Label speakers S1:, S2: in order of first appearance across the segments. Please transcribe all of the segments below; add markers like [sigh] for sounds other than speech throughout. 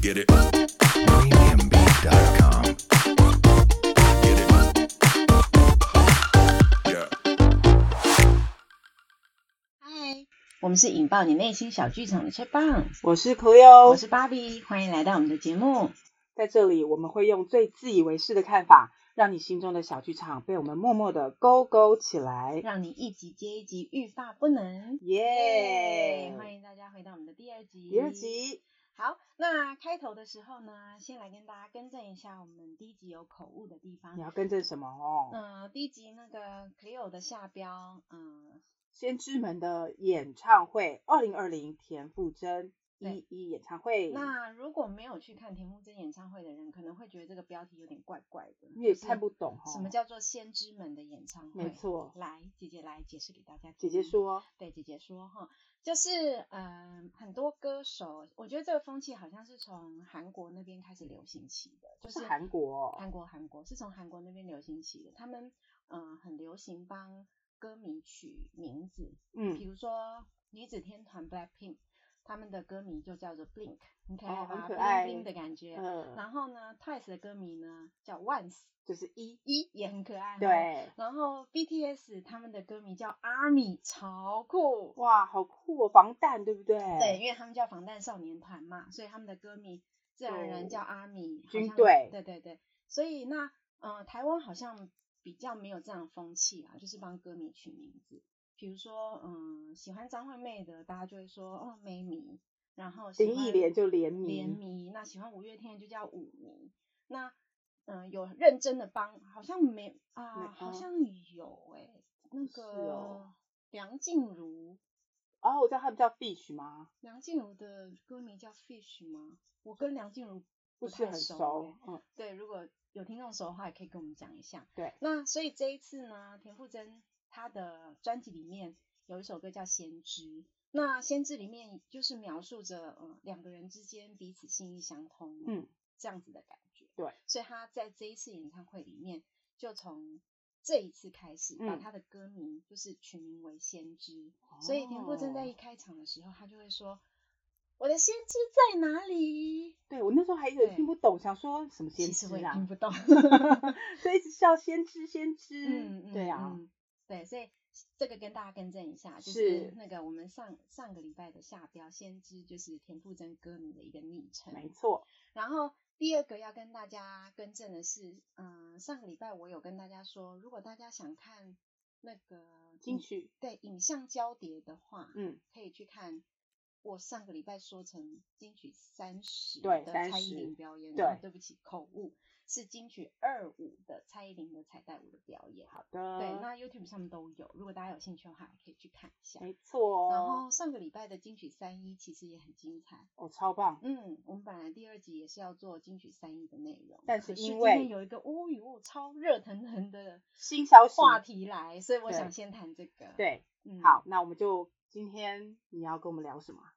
S1: Get it. Premiumbeat.com. Get it. Yeah.
S2: 嗨，
S3: 我们是引爆你内心小剧场的 c h e Bang，
S4: 我是 Cleo，
S3: 我是芭比，欢迎来到我们的节目。
S4: 在这里我们会用最自以为是的看法，让你心中的小剧场被我们默默的勾勾起来。
S3: 让你一集接一集欲罢不能。
S4: 耶、
S3: 欢迎大家回到我们的第二集。
S4: 第二。集，
S3: 好，那开头的时候呢，先来跟大家更正一下我们第一集有口误的地
S4: 你要
S3: 方。
S4: 更正什么哦？
S3: 呃，第一集那个 Cleo 的下标，嗯，
S4: 先知们的演唱会，二零二零田馥甄
S3: 对
S4: 一一演唱会，
S3: 那如果没有去看田馥甄演唱会的人，可能会觉得这个标题有点怪怪的。
S4: 你也
S3: 就是
S4: 看不懂哦。
S3: 什么叫做先知们的演唱会？
S4: 没错
S3: 来，姐姐来解释给大家
S4: 姐
S3: 听。
S4: 姐说，
S3: 对姐姐说哈，就是嗯、很多歌手，我觉得这个风气好像是从韩国那边开始流行起的，就
S4: 这
S3: 是
S4: 是韩国哦
S3: 韩国韩国是从韩国那边流行起的，他们嗯、呃很流行帮歌迷取名字，比
S4: 嗯，
S3: 如说女子天团 BLACKPINK，他们的歌迷就叫做 Blink，很可爱
S4: 哦很
S3: 吧
S4: 可
S3: b
S4: 爱
S3: l i n k 的感觉。
S4: 呃，
S3: 然后呢，Twice 的歌迷呢叫 Once，
S4: 就是一，
S3: 一也很可爱哈。
S4: 对，
S3: 然后 BTS 他们的歌迷叫 ARMY，超酷。
S4: 哇，好酷哦，防弹对不对？
S3: 对，，因为他们叫防弹少年团嘛，所以他们的歌迷自然而然
S4: 就
S3: 叫 ARMY，好
S4: 军
S3: 像
S4: 队
S3: 对对对，所以那呃，台湾好像比较没有这样的风气啊，就是帮歌迷取名字。比如说，嗯，喜欢张惠妹的，大家就会说哦妹迷，然后喜
S4: 林忆
S3: 欢
S4: 莲就连
S3: 联
S4: 名，
S3: 迷，那喜欢五月天就叫五迷。那嗯、有认真的帮，好像没啊、
S4: 没
S3: 好
S4: 哦
S3: 像有哎、那
S4: 是
S3: 个、
S4: 哦
S3: 梁静茹，
S4: 哦，我知道他们叫 Fish 吗？
S3: 梁静茹的歌迷叫 Fish 吗？我跟梁静茹
S4: 不是
S3: 太
S4: 很
S3: 熟
S4: 熟
S3: 欸。，
S4: 嗯，
S3: 对，如果有听众熟的话，也可以跟我们讲一下。
S4: 对，
S3: 那所以这一次呢，田馥甄她的专辑里面有一首歌叫《先知》，那《先知》里面就是描述着呃两个人之间彼此心意相通，
S4: 嗯，
S3: 这样子的感觉。
S4: 对，
S3: 所以她在这一次演唱会里面，就从这一次开始，把
S4: 嗯
S3: 她的歌名就是取名为《先知》所以田馥甄在
S4: 哦
S3: 一开场的时候，她就会说：“我的先知在哪里？”
S4: 对我那时候还有点听不懂，想说什么先
S3: 其实嗯
S4: 知
S3: 我也
S4: 啊
S3: 听，不懂。
S4: [laughs]
S3: [laughs]
S4: 所以一直笑先知先知，
S3: 嗯，
S4: 对啊，
S3: 嗯，嗯对，所以这个跟大家更正一下，就是那个我们上上个礼拜的下标先知就是田馥甄歌迷的一个昵
S4: 没
S3: 称。
S4: 错，
S3: 然后第二个要跟大家更正的是，嗯、上个礼拜我有跟大家说，如果大家想看那个
S4: 金
S3: 影
S4: 曲，
S3: 对影像交叠的话，
S4: 嗯，
S3: 可以去看。我上个礼拜说成金曲三十
S4: 对
S3: 的蔡依
S4: 30
S3: 林表演，然后
S4: 对
S3: 对不起口误，是金曲二五的蔡依林的彩带舞的表演。
S4: 好的，
S3: 对，那 YouTube 上面都有，如果大家有兴趣的话，也可以去看一下。
S4: 没错，
S3: 然后上个礼拜的金曲三一其实也很精彩，
S4: 哦超棒，
S3: 嗯，我们本来第二集也是要做金曲三一的内容，
S4: 但
S3: 可
S4: 是
S3: 是
S4: 因
S3: 今
S4: 为
S3: 天有一个乌与雾超热腾腾的
S4: 新消息，
S3: 话题来，所以我
S4: 对
S3: 想先谈这个。，
S4: 对，
S3: 嗯，
S4: 好，那我们就今天你要跟我们聊什么啊？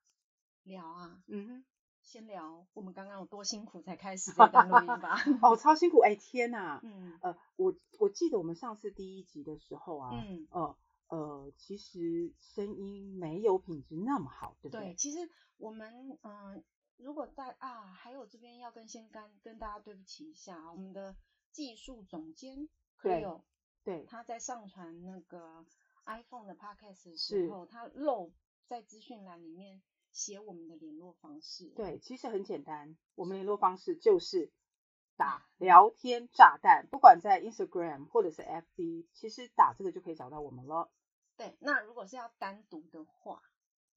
S3: 聊啊，
S4: 嗯
S3: 先聊我们刚刚有多辛苦才开始这段录音吧。 [laughs]
S4: 哼，哦超辛苦，哎天呐，
S3: 嗯
S4: 呃，我我记得我们上次第一集的时候 [laughs] 啊，
S3: 嗯，
S4: 呃呃，其实声音没有品质那么好，对不
S3: 对，？其实我们嗯、呃如果大啊，还有这边要跟先跟跟大家对不起一下啊，我们的技术总监
S4: 对
S3: Cleo，
S4: 对，
S3: 他在上传那个 iPhone 的 Podcast 的时
S4: 是
S3: 候，他漏在资讯栏里面写我们的联络方式。，
S4: 对，其实很简单，我们联络方式就是打
S3: 嗯
S4: 聊天炸弹，不管在 Instagram 或者是 FB，其实打这个就可以找到我们了。
S3: 对，那如果是要单独的话，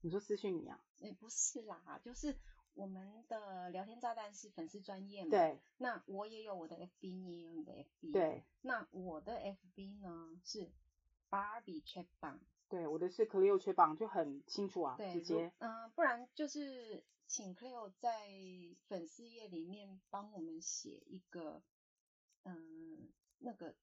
S4: 你说私讯你啊？
S3: 也不是啦，就是我们的聊天炸弹是粉丝专业嘛，，
S4: 对
S3: 那我也有我的 FB，你也有你的 FB，，
S4: 对
S3: 那我的 FB 呢是 Barbie Chat Bang。
S4: 对，我的是 Cleo 缺榜就很清楚啊，
S3: 对，
S4: 直接
S3: 嗯、不然就是请 Cleo 在粉丝页里面帮我们写一个，嗯、那个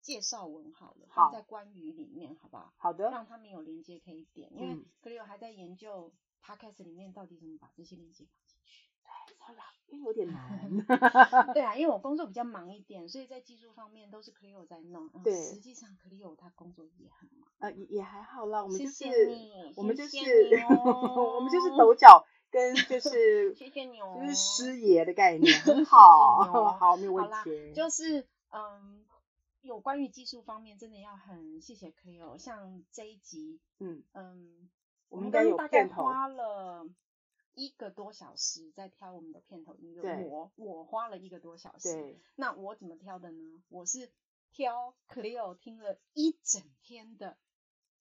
S3: 介绍文好了，放
S4: 好
S3: 在关于里面好不好？
S4: 好的，
S3: 让他们有连接可以点，因为
S4: 嗯
S3: Cleo 还在研究 Podcast 里面到底怎么把这些连接放进去。
S4: 好了，因为有点难。
S3: [laughs] 对啊，因为我工作比较忙一点，所以在技术方面都是 Clio 在弄。嗯、
S4: 对
S3: 实际上 Clio 他工作也很忙。
S4: 呃，也也还好啦，我们
S3: 谢
S4: 就是
S3: 谢你
S4: 我们就
S3: 谢
S4: 是
S3: 谢你哦
S4: [laughs] 我们就是抖脚跟
S3: [laughs]
S4: 就是
S3: 谢谢你哦
S4: 就是师爷的概念，
S3: [laughs] 谢谢
S4: 很
S3: 你
S4: 好， [laughs]
S3: 哦
S4: 好，没有
S3: 好
S4: 问
S3: 啦
S4: 题，。
S3: 就是嗯，有关于技术方面，真的要很谢谢 Clio。像这一集，
S4: 嗯，
S3: 嗯，
S4: 我
S3: 我
S4: 们
S3: 们
S4: 应该
S3: 跟
S4: 有
S3: 大概
S4: 片头，
S3: 花了一个多小时在挑我们的片头音
S4: 对
S3: 乐。我我花了一个多小时。
S4: 对，
S3: 那我怎么挑的呢？我是挑 Clio 听了一整天的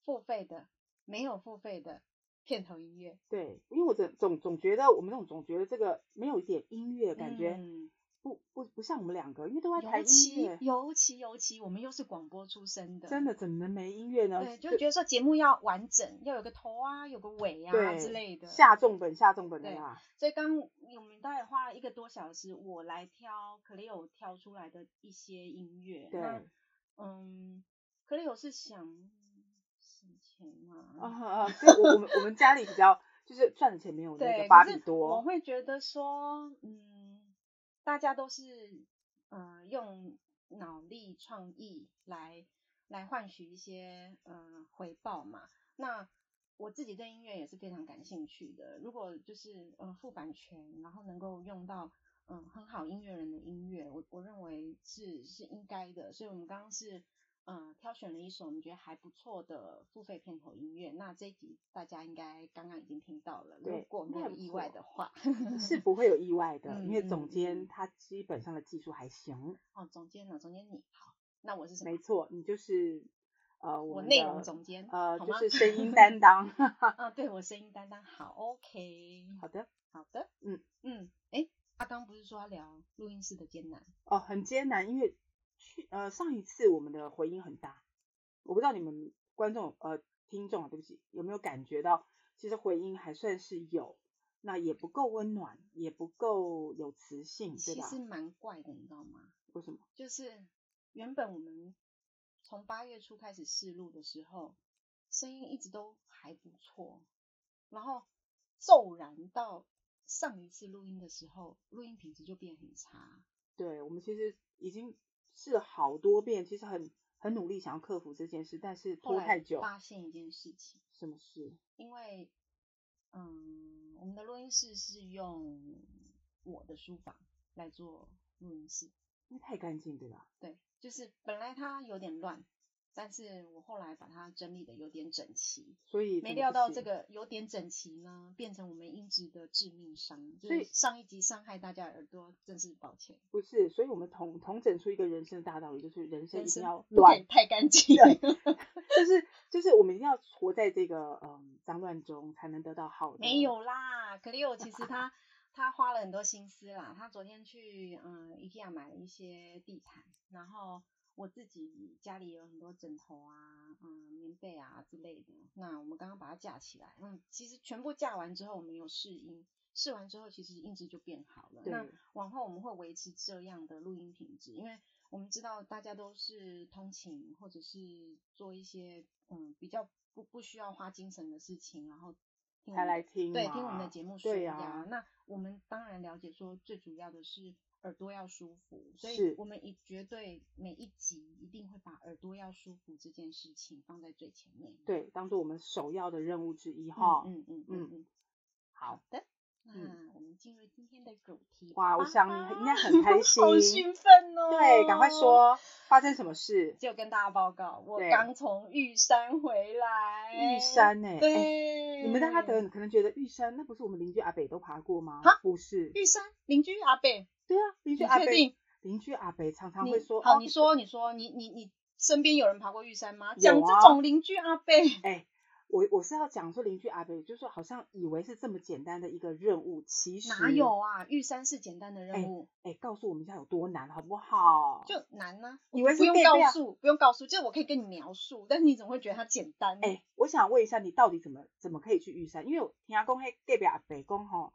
S3: 付费的，没有付费的片头音乐，
S4: 对，因为我总总总觉得我们那种总觉得这个没有一点音乐，感觉
S3: 嗯
S4: 不不不像我们两个，因为都在
S3: 尤
S4: 谈音
S3: 其
S4: 乐，
S3: 尤其尤其我们又是广播出身的，
S4: 真的哦怎么能没音乐呢？
S3: 对，就觉得说节目要完整，要有个头啊，有个尾啊
S4: 对
S3: 之类的。
S4: 下重本下重本的
S3: 对
S4: 啦，
S3: 所以刚我们大概花了一个多小时，我来挑 Clio 挑出来的一些音乐。
S4: 对，
S3: 那嗯，Clio 是想省钱嘛？
S4: 啊啊，
S3: [laughs]
S4: 所以我我们我们家里比较就是赚的钱没有那
S3: 对，
S4: 个芭
S3: 可
S4: 比
S3: 是我
S4: 多，
S3: 会觉得说，嗯，大家都是呃用脑力创意来来换取一些呃回报嘛。那我自己对音乐也是非常感兴趣的，如果就是呃付版权，然后能够用到。嗯，很好，音乐人的音乐，我我认为是是应该的，所以我们刚刚是嗯，挑选了一首我们觉得还不错的付费片头音乐。那这一集大家应该刚刚已经听到了，如
S4: 对
S3: 果
S4: 应
S3: 没有
S4: 该还不
S3: 意
S4: 错
S3: 外的话，
S4: [laughs] 是不会有意外的，
S3: 嗯
S4: 因为
S3: 嗯
S4: 总
S3: 嗯
S4: 监他基本上的技术还行。
S3: 哦，总监呢？总监你好，那我是什么
S4: 没？错，你就是呃
S3: 我
S4: 们
S3: 内容
S4: 的
S3: 总监，
S4: 呃
S3: 好
S4: 就
S3: 吗
S4: 是声音担当。 [laughs]
S3: 啊，对我声音担当，好，OK，
S4: 好的，
S3: 好的，
S4: 嗯
S3: 嗯，哎，阿刚不是说要聊录音室的艰难？
S4: 哦，很艰难，因为去呃上一次我们的回音很大，我不知道你们观众呃听众啊，对不起，有没有感觉到其实回音还算是有，那也不够温暖，也不够有磁性，
S3: 其
S4: 对吧
S3: 实？蛮怪的，你知道吗？
S4: 为什么？
S3: 就是原本我们从八月初开始试录的时候，声音一直都还不错，然后骤然到上一次录音的时候，录音品质就变很差。
S4: 对，我们其实已经试了好多遍，其实很很努力想要克服这件事，但是
S3: 后
S4: 拖
S3: 来
S4: 太久。
S3: 发现一件事情，
S4: 什么事？
S3: 因为嗯，我们的录音室是用我的书房来做录音室，
S4: 因为太干净，对吧？
S3: 对，就是本来它有点乱，但是我后来把它整理的有点整齐，
S4: 所以
S3: 没
S4: 真的
S3: 料
S4: 不
S3: 到这
S4: 行
S3: 个有点整齐呢，变成我们音质的致命伤。就
S4: 所以
S3: 是上一集伤害大家的耳朵，真是抱歉。
S4: 不是，所以我们统统整出一个人生的大道理，就是人生一
S3: 人
S4: 定
S3: 生
S4: 要
S3: 不可以
S4: 乱，
S3: 太干
S4: [laughs]
S3: 净。
S4: 就是就是我们一定要活在这个嗯脏乱中，才能得到好的。
S3: 没，有啦，可丽欧其实他他花了很多心思啦。他昨天去嗯 IKEA 买了一些地毯，然后我自己家里有很多枕头啊、嗯棉被啊之类的。那我们刚刚把它架起来，嗯，其实全部架完之后，我们有试音，试完之后其实音质就变好了。
S4: 对
S3: 那往后我们会维持这样的录音品质，因为我们知道大家都是通勤或者是做一些嗯比较不不需要花精神的事情，然后听我
S4: 才
S3: 们的
S4: 来听
S3: 对听我们
S4: 嘛
S3: 的节目舒
S4: 对
S3: 压。
S4: 呀
S3: 那我们当然了解说最主要的是耳朵要舒服，所以
S4: 是
S3: 我们以绝对每一集一定会把耳朵要舒服这件事情放在最前面。
S4: 对，当做我们首要的任务之一
S3: 嗯，
S4: 哈。
S3: 嗯嗯
S4: 嗯
S3: 嗯嗯，
S4: 好，
S3: 的。
S4: 嗯
S3: 那我们进入今天的主题吧。
S4: 哇，我想你应该很开
S3: [laughs]
S4: 心，
S3: 好兴奋哦！哎
S4: 对，赶快。说发生什么事？
S3: 就跟大家报告，我
S4: 对
S3: 刚从玉山回来。
S4: 玉山呢、欸？
S3: 对、
S4: 哎你们在哈德可能觉得玉山，那不是我们邻居阿北都爬过吗
S3: 哈？
S4: 不是，
S3: 玉山邻居阿贝，
S4: 对啊，邻居
S3: 啊你
S4: 阿
S3: 确
S4: 北，
S3: 定？
S4: 邻居阿北常常
S3: 你
S4: 会说，
S3: 好，
S4: 哦
S3: 你说，你说，你你你身边有人爬过玉山吗？
S4: 有
S3: 讲这
S4: 啊
S3: 种邻居阿
S4: [laughs]
S3: 贝，
S4: 哎、我我是要讲说邻居阿北，就是说好像以为是这么简单的一个任务，其实
S3: 哪有啊？玉山是简单的任务，
S4: 哎、告诉我们一下有多难，好不好？
S3: 就难呢、
S4: 以为是啊
S3: 不用
S4: 电
S3: 告
S4: 量
S3: 诉，不用告诉，就是我可以跟你描述，但你怎么会觉得它简单？
S4: 哎、我想问一下，你到底怎么怎么可以去玉山？因为我听阿公嘿隔壁阿北公吼，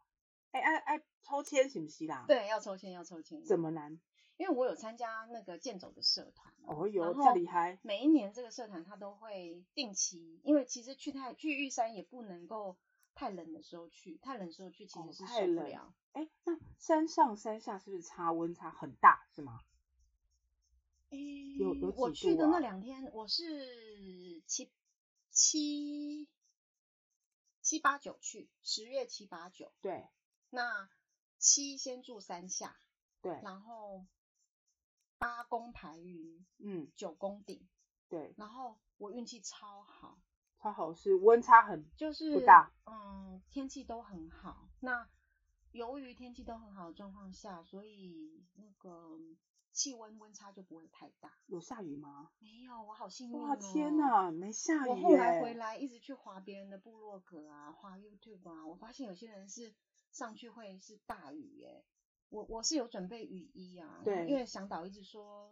S4: 哎哎哎，抽签是不是啦？，
S3: 对，要抽签，要抽签。
S4: 怎么难？
S3: 因为我有参加那个健走的社团嘛，
S4: 哦哟，
S3: 然
S4: 这
S3: 后
S4: 厉害，
S3: 每一年这个社团它都会定期，因为其实去太去玉山也不能够太冷的时候去，太冷的时候去其
S4: 哦
S3: 实是
S4: 太
S3: 受不
S4: 冷
S3: 了。
S4: 哎，那山上山下是不是差温差很大是吗？有
S3: 我
S4: 几
S3: 去
S4: 度
S3: 的那
S4: 啊
S3: 两天，我是七七七八九去，十月七八九。
S4: 对
S3: 那七先住山下，
S4: 对，
S3: 然后八公排云，
S4: 嗯
S3: 九公顶，
S4: 对，
S3: 然后我运气超好，
S4: 超好是温差很
S3: 就是
S4: 大
S3: 嗯，天气都很好。那由于天气都很好的状况下，所以那个气温温差就不会太大。
S4: 有下雨吗？
S3: 没有，我好幸运、哦。
S4: 哇天哪，没下雨
S3: 我后来
S4: 耶
S3: 回来一直去划别人的部落格啊，划 YouTube 啊，我发现有些人是上去会是大雨耶、我我是有准备雨衣啊，然后
S4: 对
S3: 因为向导一直说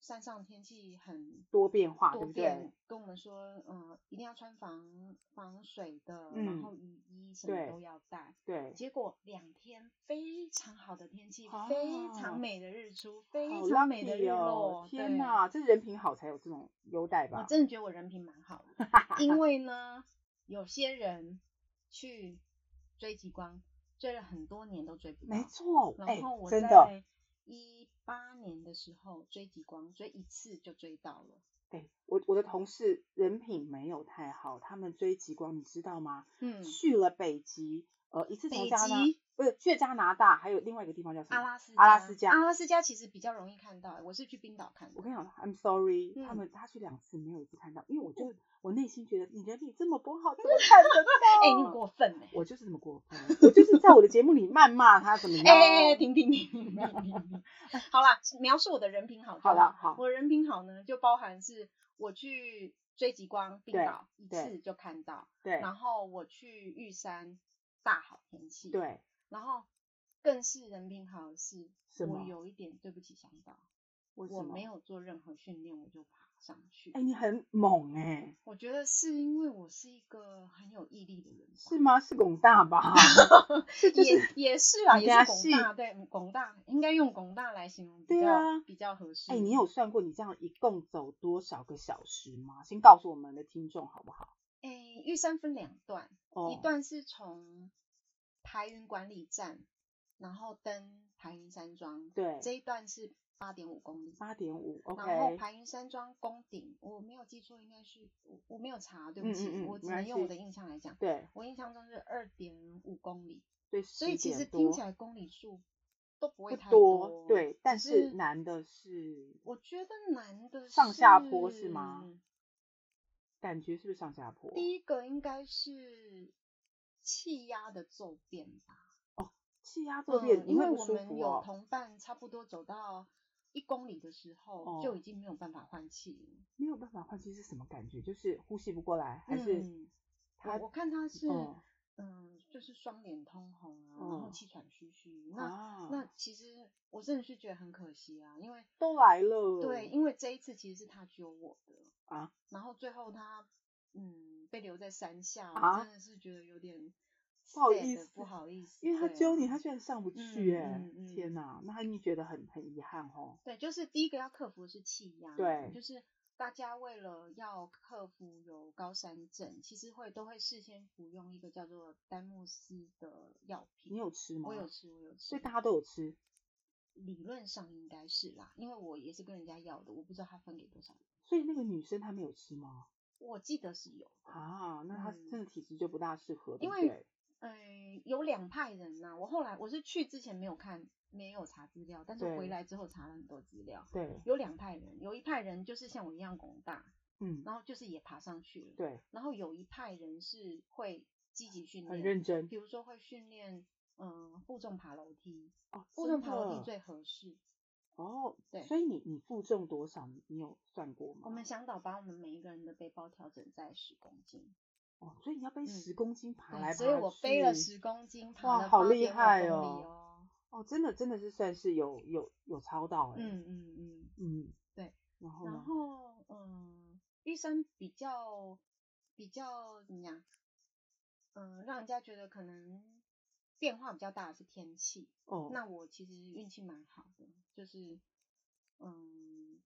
S3: 山上天气很
S4: 多变化，对
S3: 多
S4: 不
S3: 变，
S4: 对？
S3: 跟我们说，呃，一定要穿防防水的，
S4: 嗯
S3: 然后雨衣什么
S4: 对
S3: 都要带。
S4: 对，
S3: 结果两天非常好的天气，
S4: 啊
S3: 非常美的日出，非
S4: 好
S3: 常美的
S4: lucky
S3: 日
S4: 哦
S3: 落。
S4: 天
S3: 哪！
S4: 哪，这人品好才有这种优待
S3: 我
S4: 吧？
S3: 真的觉得我人品蛮好
S4: [laughs]
S3: 的，因为呢，有些人去追极光，追了很多年都追不到
S4: 没。错，哎
S3: 然后，我
S4: 真的，
S3: 在一八年的时候追极光，追一次就追到了。
S4: 哎，我我的同事人品没有太好，他们追极光，你知道吗？
S3: 嗯，
S4: 去了北极，呃，一次从
S3: 北
S4: 加拿
S3: 极啊
S4: 不是去了加拿大，还有另外一个地方叫什么？
S3: 阿拉斯
S4: 阿拉斯加
S3: 阿拉斯加其实比较容易看到，我是去冰岛看的。
S4: 我跟你讲，I'm sorry，、他
S3: 嗯
S4: 们他去两次没有一次看到，因为我就我内心觉得你人品这么不好，怎么看得到？
S3: 哎、你很过分哎、
S4: [laughs] 我就是这么过分，我就是在我的节目里谩骂他怎么样？
S3: 哎哎哎，停停停停停停！停好啦，描述我的人品好就。
S4: 好了好
S3: 我人品好呢，就包含是我去追极光冰
S4: 对
S3: 岛一
S4: 对
S3: 次就看到，
S4: 对
S3: 然后我去玉山大好天气，，
S4: 对，
S3: 然后更是人品好的是，
S4: 什
S3: 我
S4: 么
S3: 有一点对不起向导，我
S4: 为什么
S3: 没。有做任何训练我就爬上去，
S4: 哎、你很猛哎、
S3: 我觉得是因为我是一个很有毅力的人吧，
S4: 是吗？是拱大
S3: [laughs]
S4: 吧？这就
S3: 也
S4: 是
S3: 也是啦，
S4: 你
S3: 也
S4: 跟
S3: 是
S4: 他
S3: 拱大，对，嗯拱大应该用拱大来形容比
S4: 对
S3: 较、
S4: 啊
S3: 比较合适。
S4: 哎、你有算过你这样一共走多少个小时吗？先告诉我们的听众好不好？
S3: 哎、玉山分两段，
S4: 哦，
S3: 一段是从排云管理站，然后登排云山庄，
S4: 对
S3: 这一段是八点五公里。
S4: 八点五
S3: 然后
S4: ，OK，
S3: 排云山庄宫顶，我没有记错，应该是我我没有查，对
S4: 嗯
S3: 不起，
S4: 嗯嗯
S3: 我只
S4: 没关
S3: 能用我
S4: 系
S3: 的印象来讲。
S4: 对
S3: 我印象中是二点五公里，
S4: 对，
S3: 所以
S4: 10
S3: 其
S4: 点
S3: 实听
S4: 多
S3: 起来公里数都不会
S4: 不
S3: 太
S4: 多，对，但
S3: 只
S4: 是难的是
S3: 我觉得难的
S4: 上下坡是吗
S3: 是
S4: 感觉是不是上下坡？
S3: 第一个应该是气压的骤变吧，
S4: 气压骤变，
S3: 嗯
S4: 你
S3: 因
S4: 会
S3: 为
S4: 不
S3: 我
S4: 舒
S3: 们
S4: 服
S3: 有
S4: 哦。
S3: 同伴差不多走到一公里的时候，
S4: 哦
S3: 就已经没有办法换气了。
S4: 没有办法换气是什么感觉？就是呼吸不过来，还是
S3: 嗯
S4: 他
S3: 我我看他是、
S4: 哦
S3: 嗯，就是双脸通红啊，然后
S4: 嗯
S3: 气喘吁吁。那、
S4: 啊？
S3: 那其实我真的是觉得很可惜啊，因为
S4: 都来了，
S3: 对，，因为这一次其实是他救我的
S4: 啊，
S3: 然后最后他嗯被留在山下，
S4: 啊
S3: 我真的是觉得有点
S4: 不好
S3: sad，
S4: 意思
S3: 不好意思，
S4: 因为他
S3: 对啊
S4: 揪你，他居然上不去
S3: 嗯
S4: 哎、
S3: 嗯嗯
S4: 天哪，那你觉得很很遗憾哦。
S3: 对，就是第一个要克服的是气压，
S4: 对
S3: 就是大家为了要克服有高山症，其实会都会事先服用一个叫做丹木斯的药品，
S4: 你有吃吗？
S3: 我有，吃，我有吃，
S4: 所以大家都有吃。
S3: 理论上应该是啦，因为我也是跟人家要的，我不知道他分给多少人，
S4: 所以那个女生她没有吃吗？
S3: 我记得是有的，
S4: 啊，那她
S3: 嗯
S4: 真的体质就不大适合，对
S3: 因
S4: 不
S3: 为
S4: 对
S3: 呃，有两派人呐、我后来我是去之前没有看，没有查资料，但是
S4: 对
S3: 回来之后查了很多资料。
S4: 对，
S3: 有两派人，有一派人就是像我一样拱大，
S4: 嗯，
S3: 然后就是也爬上去了。
S4: 对，
S3: 然后有一派人是会积极训
S4: 很
S3: 练，
S4: 认真
S3: 比如说会训练，嗯，负重爬楼梯，
S4: 哦，
S3: 负
S4: 真
S3: 重爬楼
S4: 的
S3: 梯最合适。
S4: 哦，
S3: 对
S4: 所以你你负重多少？你你有算过吗？
S3: 我们向导把我们每一个人的背包调整在十公斤，
S4: 哦，所以你要背
S3: 嗯
S4: 十公斤爬
S3: 对
S4: 来爬去，
S3: 所以我背了十公斤，爬
S4: 哇
S3: 了
S4: 好
S3: 8.5
S4: 厉
S3: 公
S4: 害
S3: 里
S4: 哦
S3: 哦。
S4: 哦，真的真的是算是有有有超到哎、
S3: 嗯嗯嗯，
S4: 嗯
S3: 对，
S4: 然后
S3: 然
S4: 呢？
S3: 后嗯，玉山比较比较怎么样？嗯，让人家觉得可能变化比较大的是天气。
S4: 哦，
S3: 那我其实运气蛮好的，就是嗯，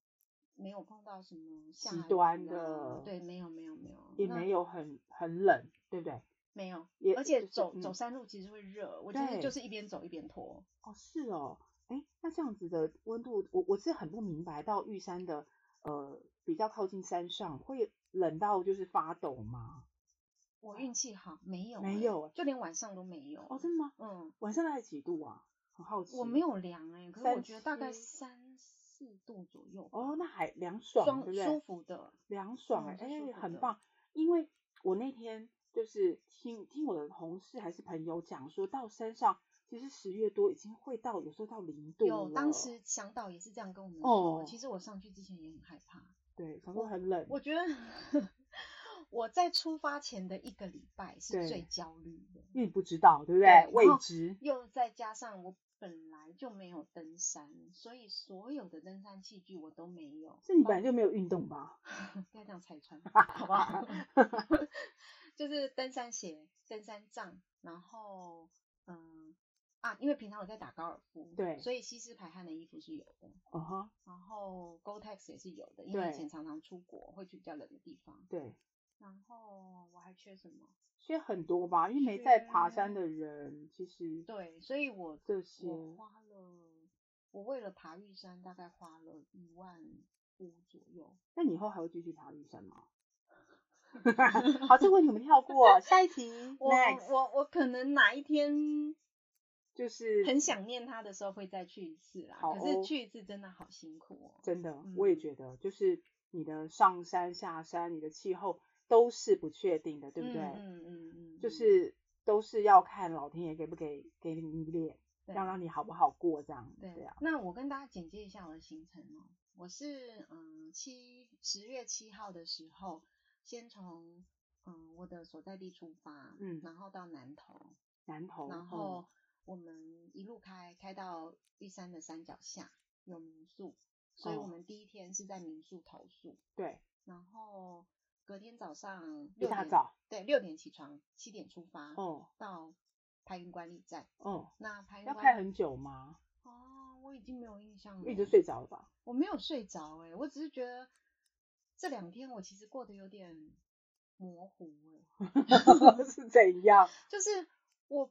S3: 没有碰到什么下
S4: 极
S3: 雨
S4: 端
S3: 啊
S4: 的
S3: 对，没有没有没有，
S4: 也
S3: 那
S4: 没有很很冷，对不对？
S3: 没有，
S4: 也也
S3: 而且
S4: 就是
S3: 走、
S4: 嗯
S3: 走山路其实会热，我就是
S4: 对
S3: 就是一边走一边脱。
S4: 哦，是哦，哎，那这样子的温度，我我是很不明白，到玉山的呃比较靠近山上，会冷到就是发抖吗？
S3: 我运气好，没有
S4: 没
S3: 欸
S4: 有欸
S3: 就连晚上都没有。
S4: 哦，真的吗？
S3: 嗯，
S4: 晚上大概几度啊？很好奇。
S3: 我没。有量哎、可是我觉得大概
S4: 37
S3: 三四度左右吧，
S4: 哦，那还凉爽，
S3: 爽
S4: 对不
S3: 舒
S4: 对？
S3: 服的。
S4: 凉爽
S3: 嗯
S4: 哎、
S3: 是舒服
S4: 很
S3: 的
S4: 棒。因为我那天就是听听我的同事还是朋友讲说，到山上其实十月多已经会到，有时候到零度
S3: 有，当
S4: 了
S3: 时向导也是这样跟我们说。
S4: 哦
S3: 其实我上去之前也很害怕，
S4: 对，想说很冷，
S3: 我觉得 [laughs] 我在出发前的一个礼拜
S4: 对
S3: 是最焦虑的，
S4: 因为你不知道，对不
S3: 对然
S4: 未
S3: 后
S4: 知。
S3: 又再加上我本来就没有登山，所以所有的登山器具我都没有。
S4: 是你本来就没有运动吧？
S3: 不要这样拆穿，好不好？ [laughs] 就是登山鞋、登山杖，然后嗯啊，因为平常我在打高尔夫，
S4: 对
S3: 所以吸湿排汗的衣服是有的，
S4: 啊哈，
S3: 然后 Gore-Tex 也是有的，因为以
S4: 对
S3: 前常常出国会去比较冷的地方。
S4: 对，
S3: 然后我还缺什么？
S4: 缺很多吧，因为没在爬
S3: 缺
S4: 山的人，其实
S3: 对，所以我
S4: 这些
S3: 我花了，我为了爬玉山大概花了一万五左右。
S4: 那你以后还会继续爬玉山
S3: [laughs]
S4: 吗？ [laughs] 好，这个问题我们跳过，下
S3: [laughs]
S4: 一题
S3: 我
S4: ，next
S3: 我我可能哪一天
S4: 就是
S3: 很想念他的时候会再去一次啦。
S4: 好
S3: 可是
S4: 哦
S3: 去一次真的好辛苦哦。
S4: 真的，我也觉得，就是你的上山下山，你的气候都是不确定的，对不对？
S3: 嗯嗯嗯嗯，
S4: 就
S3: 嗯
S4: 是都是要看老天爷给不给给你脸，
S3: 对
S4: 要让你好不好过这样，
S3: 对
S4: 对啊，
S3: 那我跟大家简介一下我的行程哦。我是嗯七十月七号的时候，先从嗯我的所在地出发，
S4: 嗯
S3: 然后到南投，
S4: 南投，
S3: 然
S4: 嗯
S3: 后我们一路开开到玉山的山脚下有民宿，所以
S4: 哦
S3: 我们第一天是在民宿投宿，
S4: 对，
S3: 然后隔天早上
S4: 一
S3: 六
S4: 大
S3: 点
S4: 早，
S3: 对六点起床，七点出发、
S4: 哦
S3: 到排云管理站。
S4: 哦，
S3: 那排云
S4: 要
S3: 管
S4: 拍
S3: 理
S4: 很久吗？
S3: 哦，我已经没有印象了，
S4: 一直睡着了吧？
S3: [laughs]
S4: [laughs]
S3: 我没有睡着哎、我只是觉得这两天我其实过得有点模糊哎、
S4: 是
S3: [laughs]
S4: 怎样？
S3: 就是我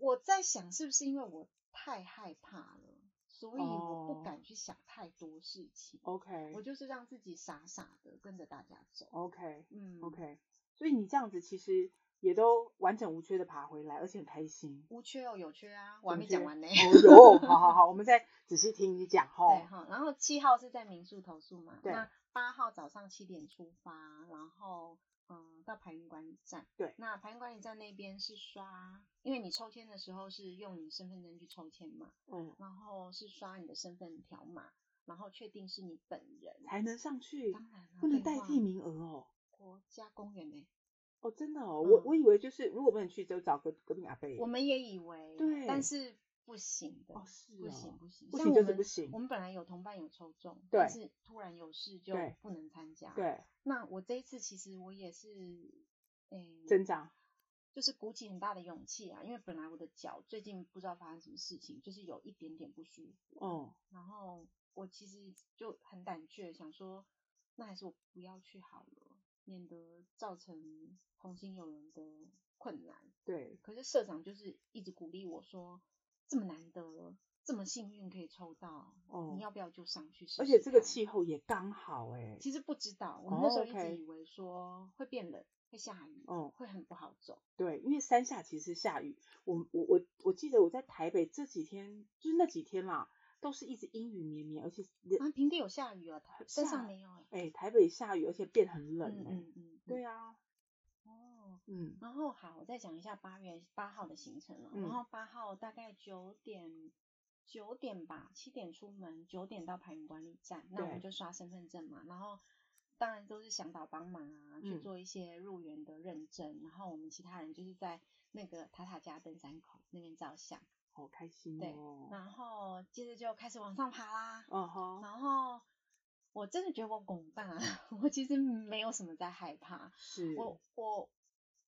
S3: 我在想是不是因为我太害怕了，所以我
S4: 哦
S3: 不敢去想太多事情，
S4: OK
S3: 我就是让自己傻傻的跟着大家走。
S4: OK
S3: 嗯
S4: OK，所以你这样子其实也都完整无缺的爬回来，而且很
S3: [laughs]
S4: 开心。
S3: 无缺哦，有缺啊，我还
S4: 有
S3: 没讲
S4: 缺
S3: 完呢。
S4: 哦哟，好好好，我们再仔细听你讲
S3: 对啊
S4: 哈。
S3: 哈，然后七号是在民宿投宿嘛，
S4: 哦对
S3: 那八号早上七点出发，然后嗯到排云管理站，
S4: 对
S3: 那排云管理站那边是刷，因为你抽签的时候是用你身份证去抽签嘛，
S4: 嗯，
S3: 然后是刷你的身份条码，然后确定是你本人，
S4: 才能上去，
S3: 当然啦
S4: 不能
S3: 废
S4: 代
S3: 话
S4: 替名额哦。
S3: 国家公园呢、
S4: 哦，真的哦，我
S3: 嗯
S4: 我以为就是如果不能去，就找隔隔壁阿伯。
S3: 我们也以为，
S4: 对
S3: 但是不行的，
S4: 哦是
S3: 不行
S4: 哦
S3: 不行，
S4: 不
S3: 像
S4: 行
S3: 我
S4: 就是
S3: 们
S4: 不行
S3: 我们本来有同伴有抽中，
S4: 对
S3: 但是突然有事就
S4: 对
S3: 不能参加，。
S4: 对，
S3: 那我这一次其实我也是，诶、
S4: 挣扎。
S3: 就是鼓起很大的勇气啊，因为本来我的脚最近不知道发生什么事情，就是有一点点不舒服，
S4: 哦，
S3: 然后我其实就很胆怯，想说那还是我不要去好了，免得造成同行友人的困难。
S4: 对，
S3: 可是社长就是一直鼓励我说，这么难得，这么幸运可以抽到，
S4: 哦
S3: 你要不要就上去试
S4: 而且
S3: 试
S4: 这个
S3: 看
S4: 气候也刚好哎。
S3: 其实不知道，我们那时候一
S4: 哦，OK
S3: 直以为说会变冷，会下雨，
S4: 哦
S3: 会很不好走。
S4: 对，因为山下其实下雨，我我我我记得我在台北这几天，就是那几天啦，都是一直阴雨绵绵，而且也
S3: 啊，平地有下雨啊，台山
S4: 下
S3: 上没有哎、
S4: 哎、台北下雨，而且变很冷、
S3: 嗯
S4: 欸。
S3: 嗯嗯，
S4: 对啊，
S3: 嗯。哦，
S4: 嗯，
S3: 然后好，我再讲一下八月八号的行程了。
S4: 嗯
S3: 然后八号大概九点九点吧，七点出门，九点到排云管理站，那我们
S4: 对
S3: 就刷身份证嘛，然后。当然都是向导帮忙啊，去
S4: 嗯
S3: 做一些入园的认证，然后我们其他人就是在那个塔塔家登山口那边照相，
S4: 好开心
S3: 对
S4: 哦。
S3: 然后接着就开始往上爬啦。
S4: 嗯哼，
S3: 然后我真的觉得我拱大，啊 [laughs] 我其实没有什么在害怕。
S4: 是，
S3: 我我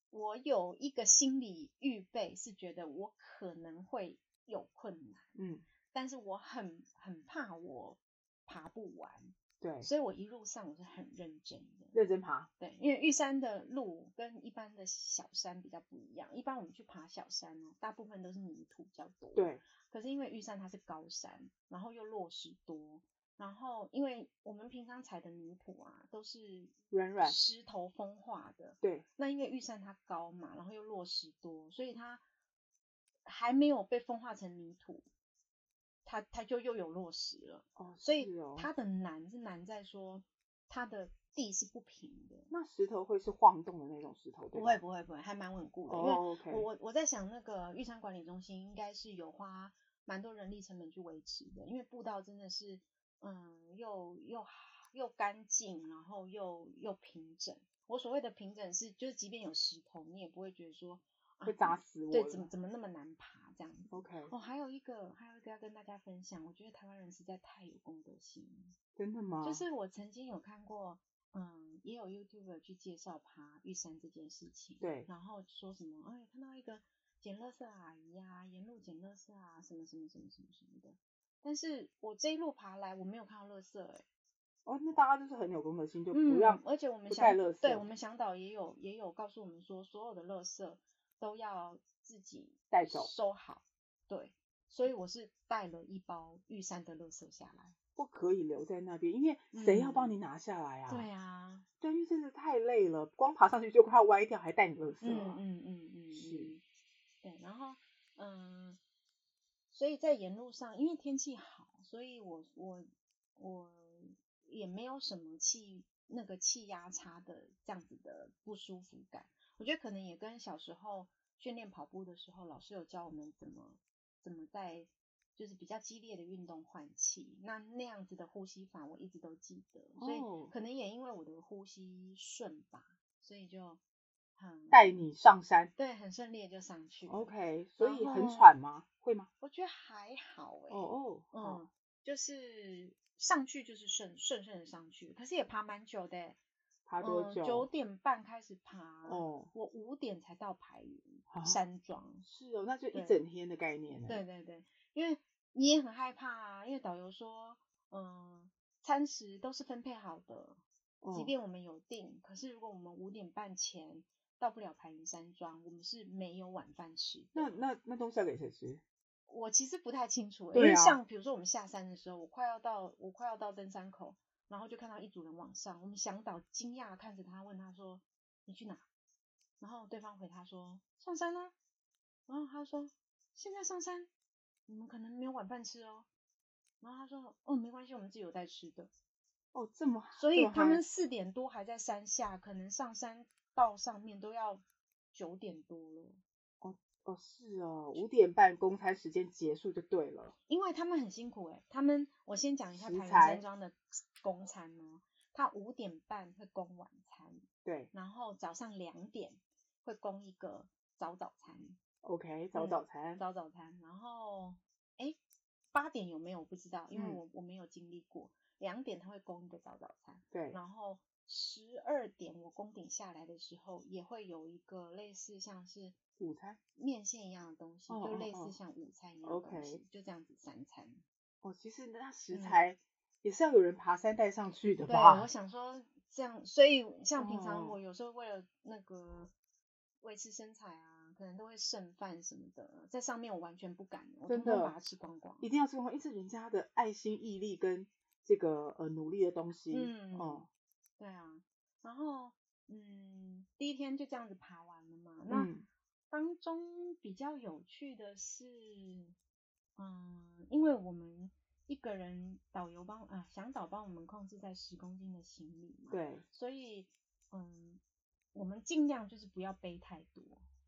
S3: 我有一个心理预备，是觉得我可能会有困难，
S4: 嗯，
S3: 但是我很很怕我爬不完，
S4: 对，
S3: 所以我一路上我是很认真的。
S4: 认真爬，
S3: 对，因为玉山的路跟一般的小山比较不一样，一般我们去爬小山哦，大部分都是泥土比较多。。
S4: 对，
S3: 可是因为玉山它是高山，然后又落石多，然后因为我们平常踩的泥土啊都是
S4: 软软
S3: 石头风化的，
S4: 对，
S3: 那因为玉山它高嘛，然后又落石多，所以它还没有被风化成泥土，它它就又有落石了，
S4: 哦，
S3: 所以
S4: 是哦
S3: 它的难是难在说它的地是不平的，
S4: 那石头会是晃动的那种石头，对
S3: 不
S4: 吧
S3: 会，不会不会，还蛮稳固的，因为
S4: 哦，OK，
S3: 我我我在想，那个玉山管理中心应该是有花蛮多人力成本去维持的，因为步道真的是，嗯，又又又干净，然后又又平整。我所谓的平整是，就是即便有石头，你也不会觉得说啊
S4: 会砸死我了，
S3: 对，怎么怎么那么难爬这样子。
S4: OK，
S3: 哦，还有一个，还有一个要跟大家分享，我觉得台湾人实在太有公德心了。
S4: 真的吗？
S3: 就是我曾经有看过，嗯，也有 YouTuber 去介绍爬玉山这件事情，
S4: 对
S3: 然后说什么，哎，看到一个捡垃圾阿姨啊，沿路捡垃圾啊，什么什么什么什么什么的。但是我这一路爬来，我没有看到垃圾、欸，哎，
S4: 哦，那大家就是很有公德心，就不
S3: 嗯
S4: 让，
S3: 而且我们
S4: 不
S3: 想
S4: 带垃圾
S3: 对我们向导也有也有告诉我们说，所有的垃圾都要自己
S4: 带走
S3: 收好，对，所以我是带了一包玉山的垃圾下来，
S4: 不可以留在那边，因为谁要帮
S3: 嗯
S4: 你拿下来啊？
S3: 对啊，
S4: 对，因为真的太累了，光爬上去就快歪掉，还带你垃圾
S3: 嗯
S4: 啊。
S3: 嗯嗯嗯，
S4: 是
S3: 嗯，对，然后嗯，所以在沿路上，因为天气好，所以我我我也没有什么气那个气压差的这样子的不舒服感。我觉得可能也跟小时候训练跑步的时候，老师有教我们怎么怎么在就是比较激烈的运动换气，那那样子的呼吸法我一直都记得，所
S4: 哦
S3: 以可能也因为我的呼吸顺吧，所以就很
S4: 带你上山
S3: 对很顺利的就上去了。
S4: ，OK，所以很
S3: 后
S4: 喘吗？会吗？
S3: 我觉得还好哎、
S4: 哦哦，好
S3: 嗯，就是上去就是顺顺顺的上去，可是也爬蛮久的、欸，
S4: 爬多
S3: 嗯九
S4: 久？
S3: 点半开始爬，
S4: 哦，
S3: 我五点才到排云、
S4: 啊
S3: 山庄，
S4: 是哦，那就一
S3: 对
S4: 整天的概念了。
S3: 对对对，因为你也很害怕啊，因为导游说，嗯，餐食都是分配好的，即
S4: 哦，
S3: 便我们有订，可是如果我们五点半前到不了排云山庄，我们是没有晚饭吃的。
S4: 那那那东西要给谁吃？
S3: 我其实不太清楚欸、
S4: 对
S3: 因为
S4: 啊
S3: 像比如说我们下山的时候，我快要到我快要到登山口，然后就看到一组人往上，我们向导惊讶地看着他，问他说：“你去哪？”然后对方回他说：“上山啦、然后他说：“现在上山，你们可能没有晚饭吃哦。”然后他说：“哦，没关系，我们自己有带吃的。
S4: 哦，这么”
S3: 所
S4: 这
S3: 以
S4: 么
S3: 他
S4: 嗨
S3: 们四点多还在山下，可能上山到上面都要九点多了。
S4: 哦是哦，五点半公餐时间结束就对了。
S3: 因为他们很辛苦哎、他们我先讲一下台
S4: 食
S3: 南
S4: 材
S3: 山庄的公餐哦，他五点半会供晚餐，
S4: 对
S3: 然后早上两点会供一个早早餐，
S4: ，OK，早
S3: 嗯
S4: 早餐。
S3: 早早餐，然后哎八点有没有我不知道，因为
S4: 嗯
S3: 我我没有经历过，两点他会供一个早早餐，
S4: 对，
S3: 然后十二点我供顶下来的时候也会有一个类似像是
S4: 午餐。
S3: 面线一样的东西，
S4: 哦
S3: 就
S4: 哦
S3: 类
S4: 哦
S3: 似像午餐一样的东
S4: OK
S3: 西，就这样子三餐。
S4: 哦，其实那食
S3: 嗯
S4: 材也是要有人爬山带上去的
S3: 对，
S4: 吧
S3: 我？想说这样，所以像平常
S4: 哦
S3: 我有时候为了那个维持身材啊，可能都会剩饭什么的，在上面我完全不敢，我
S4: 真
S3: 通通
S4: 的
S3: 把它吃光光。
S4: 一定要吃光，因为这人家的爱心、毅力跟这个呃努力的东西。
S3: 嗯
S4: 哦，
S3: 对啊，然后嗯，第一天就这样子爬完了嘛。那、
S4: 嗯，
S3: 当中比较有趣的是，嗯，因为我们一个人导游帮啊，向导帮我们控制在十公斤的行李嘛，
S4: 对，
S3: 所以嗯，我们尽量就是不要背太多。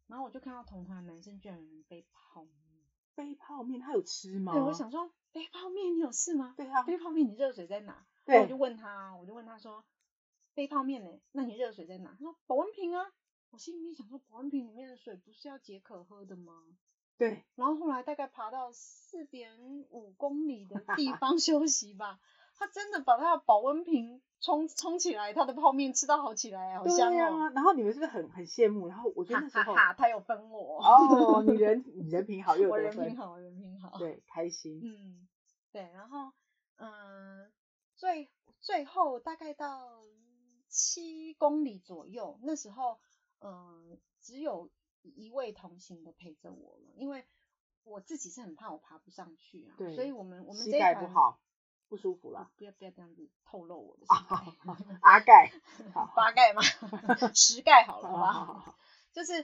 S3: 然后我就看到同团的男生居然有人背泡面，
S4: 背泡面他有吃吗？
S3: 对，我想说背泡面你有事吗？
S4: 对啊，
S3: 背泡面你热水在哪？然后我就
S4: 对，
S3: 问他，啊我就问他说背泡面呢、那你热水在哪？他说保温瓶啊。我心里想说保温瓶里面的水不是要解渴喝的吗？
S4: 对，
S3: 然后后来大概爬到四点五公里的
S4: [laughs]
S3: 地方休息吧，他真的把他的保温瓶冲冲起来，他的泡面吃到好起来，好香
S4: 对
S3: 哦。
S4: 啊。然后你们是不是很很羡慕？然后我觉
S3: 哈
S4: 得那时
S3: 哈
S4: 候，
S3: 哈，他有分我，
S4: 哦，你人你人品
S3: [laughs]
S4: 好又有
S3: 我
S4: 得
S3: 人品
S4: 分，
S3: 好，我嗯人品好。
S4: 对，开心。
S3: 嗯，对，然后嗯，最最后大概到七公里左右，那时候嗯、呃只有一位同行的陪着我了，因为我自己是很怕我爬不上去啊，
S4: 对
S3: 所以我们我们
S4: 膝
S3: 这一
S4: 盖不
S3: 团
S4: 好，不舒服了，
S3: 不要不要这样子透露我的膝
S4: 哦
S3: 盖， [laughs]
S4: 阿盖，好
S3: 八盖吗？ [laughs] 十盖好了，好不
S4: 好好
S3: 好
S4: 好？
S3: 就是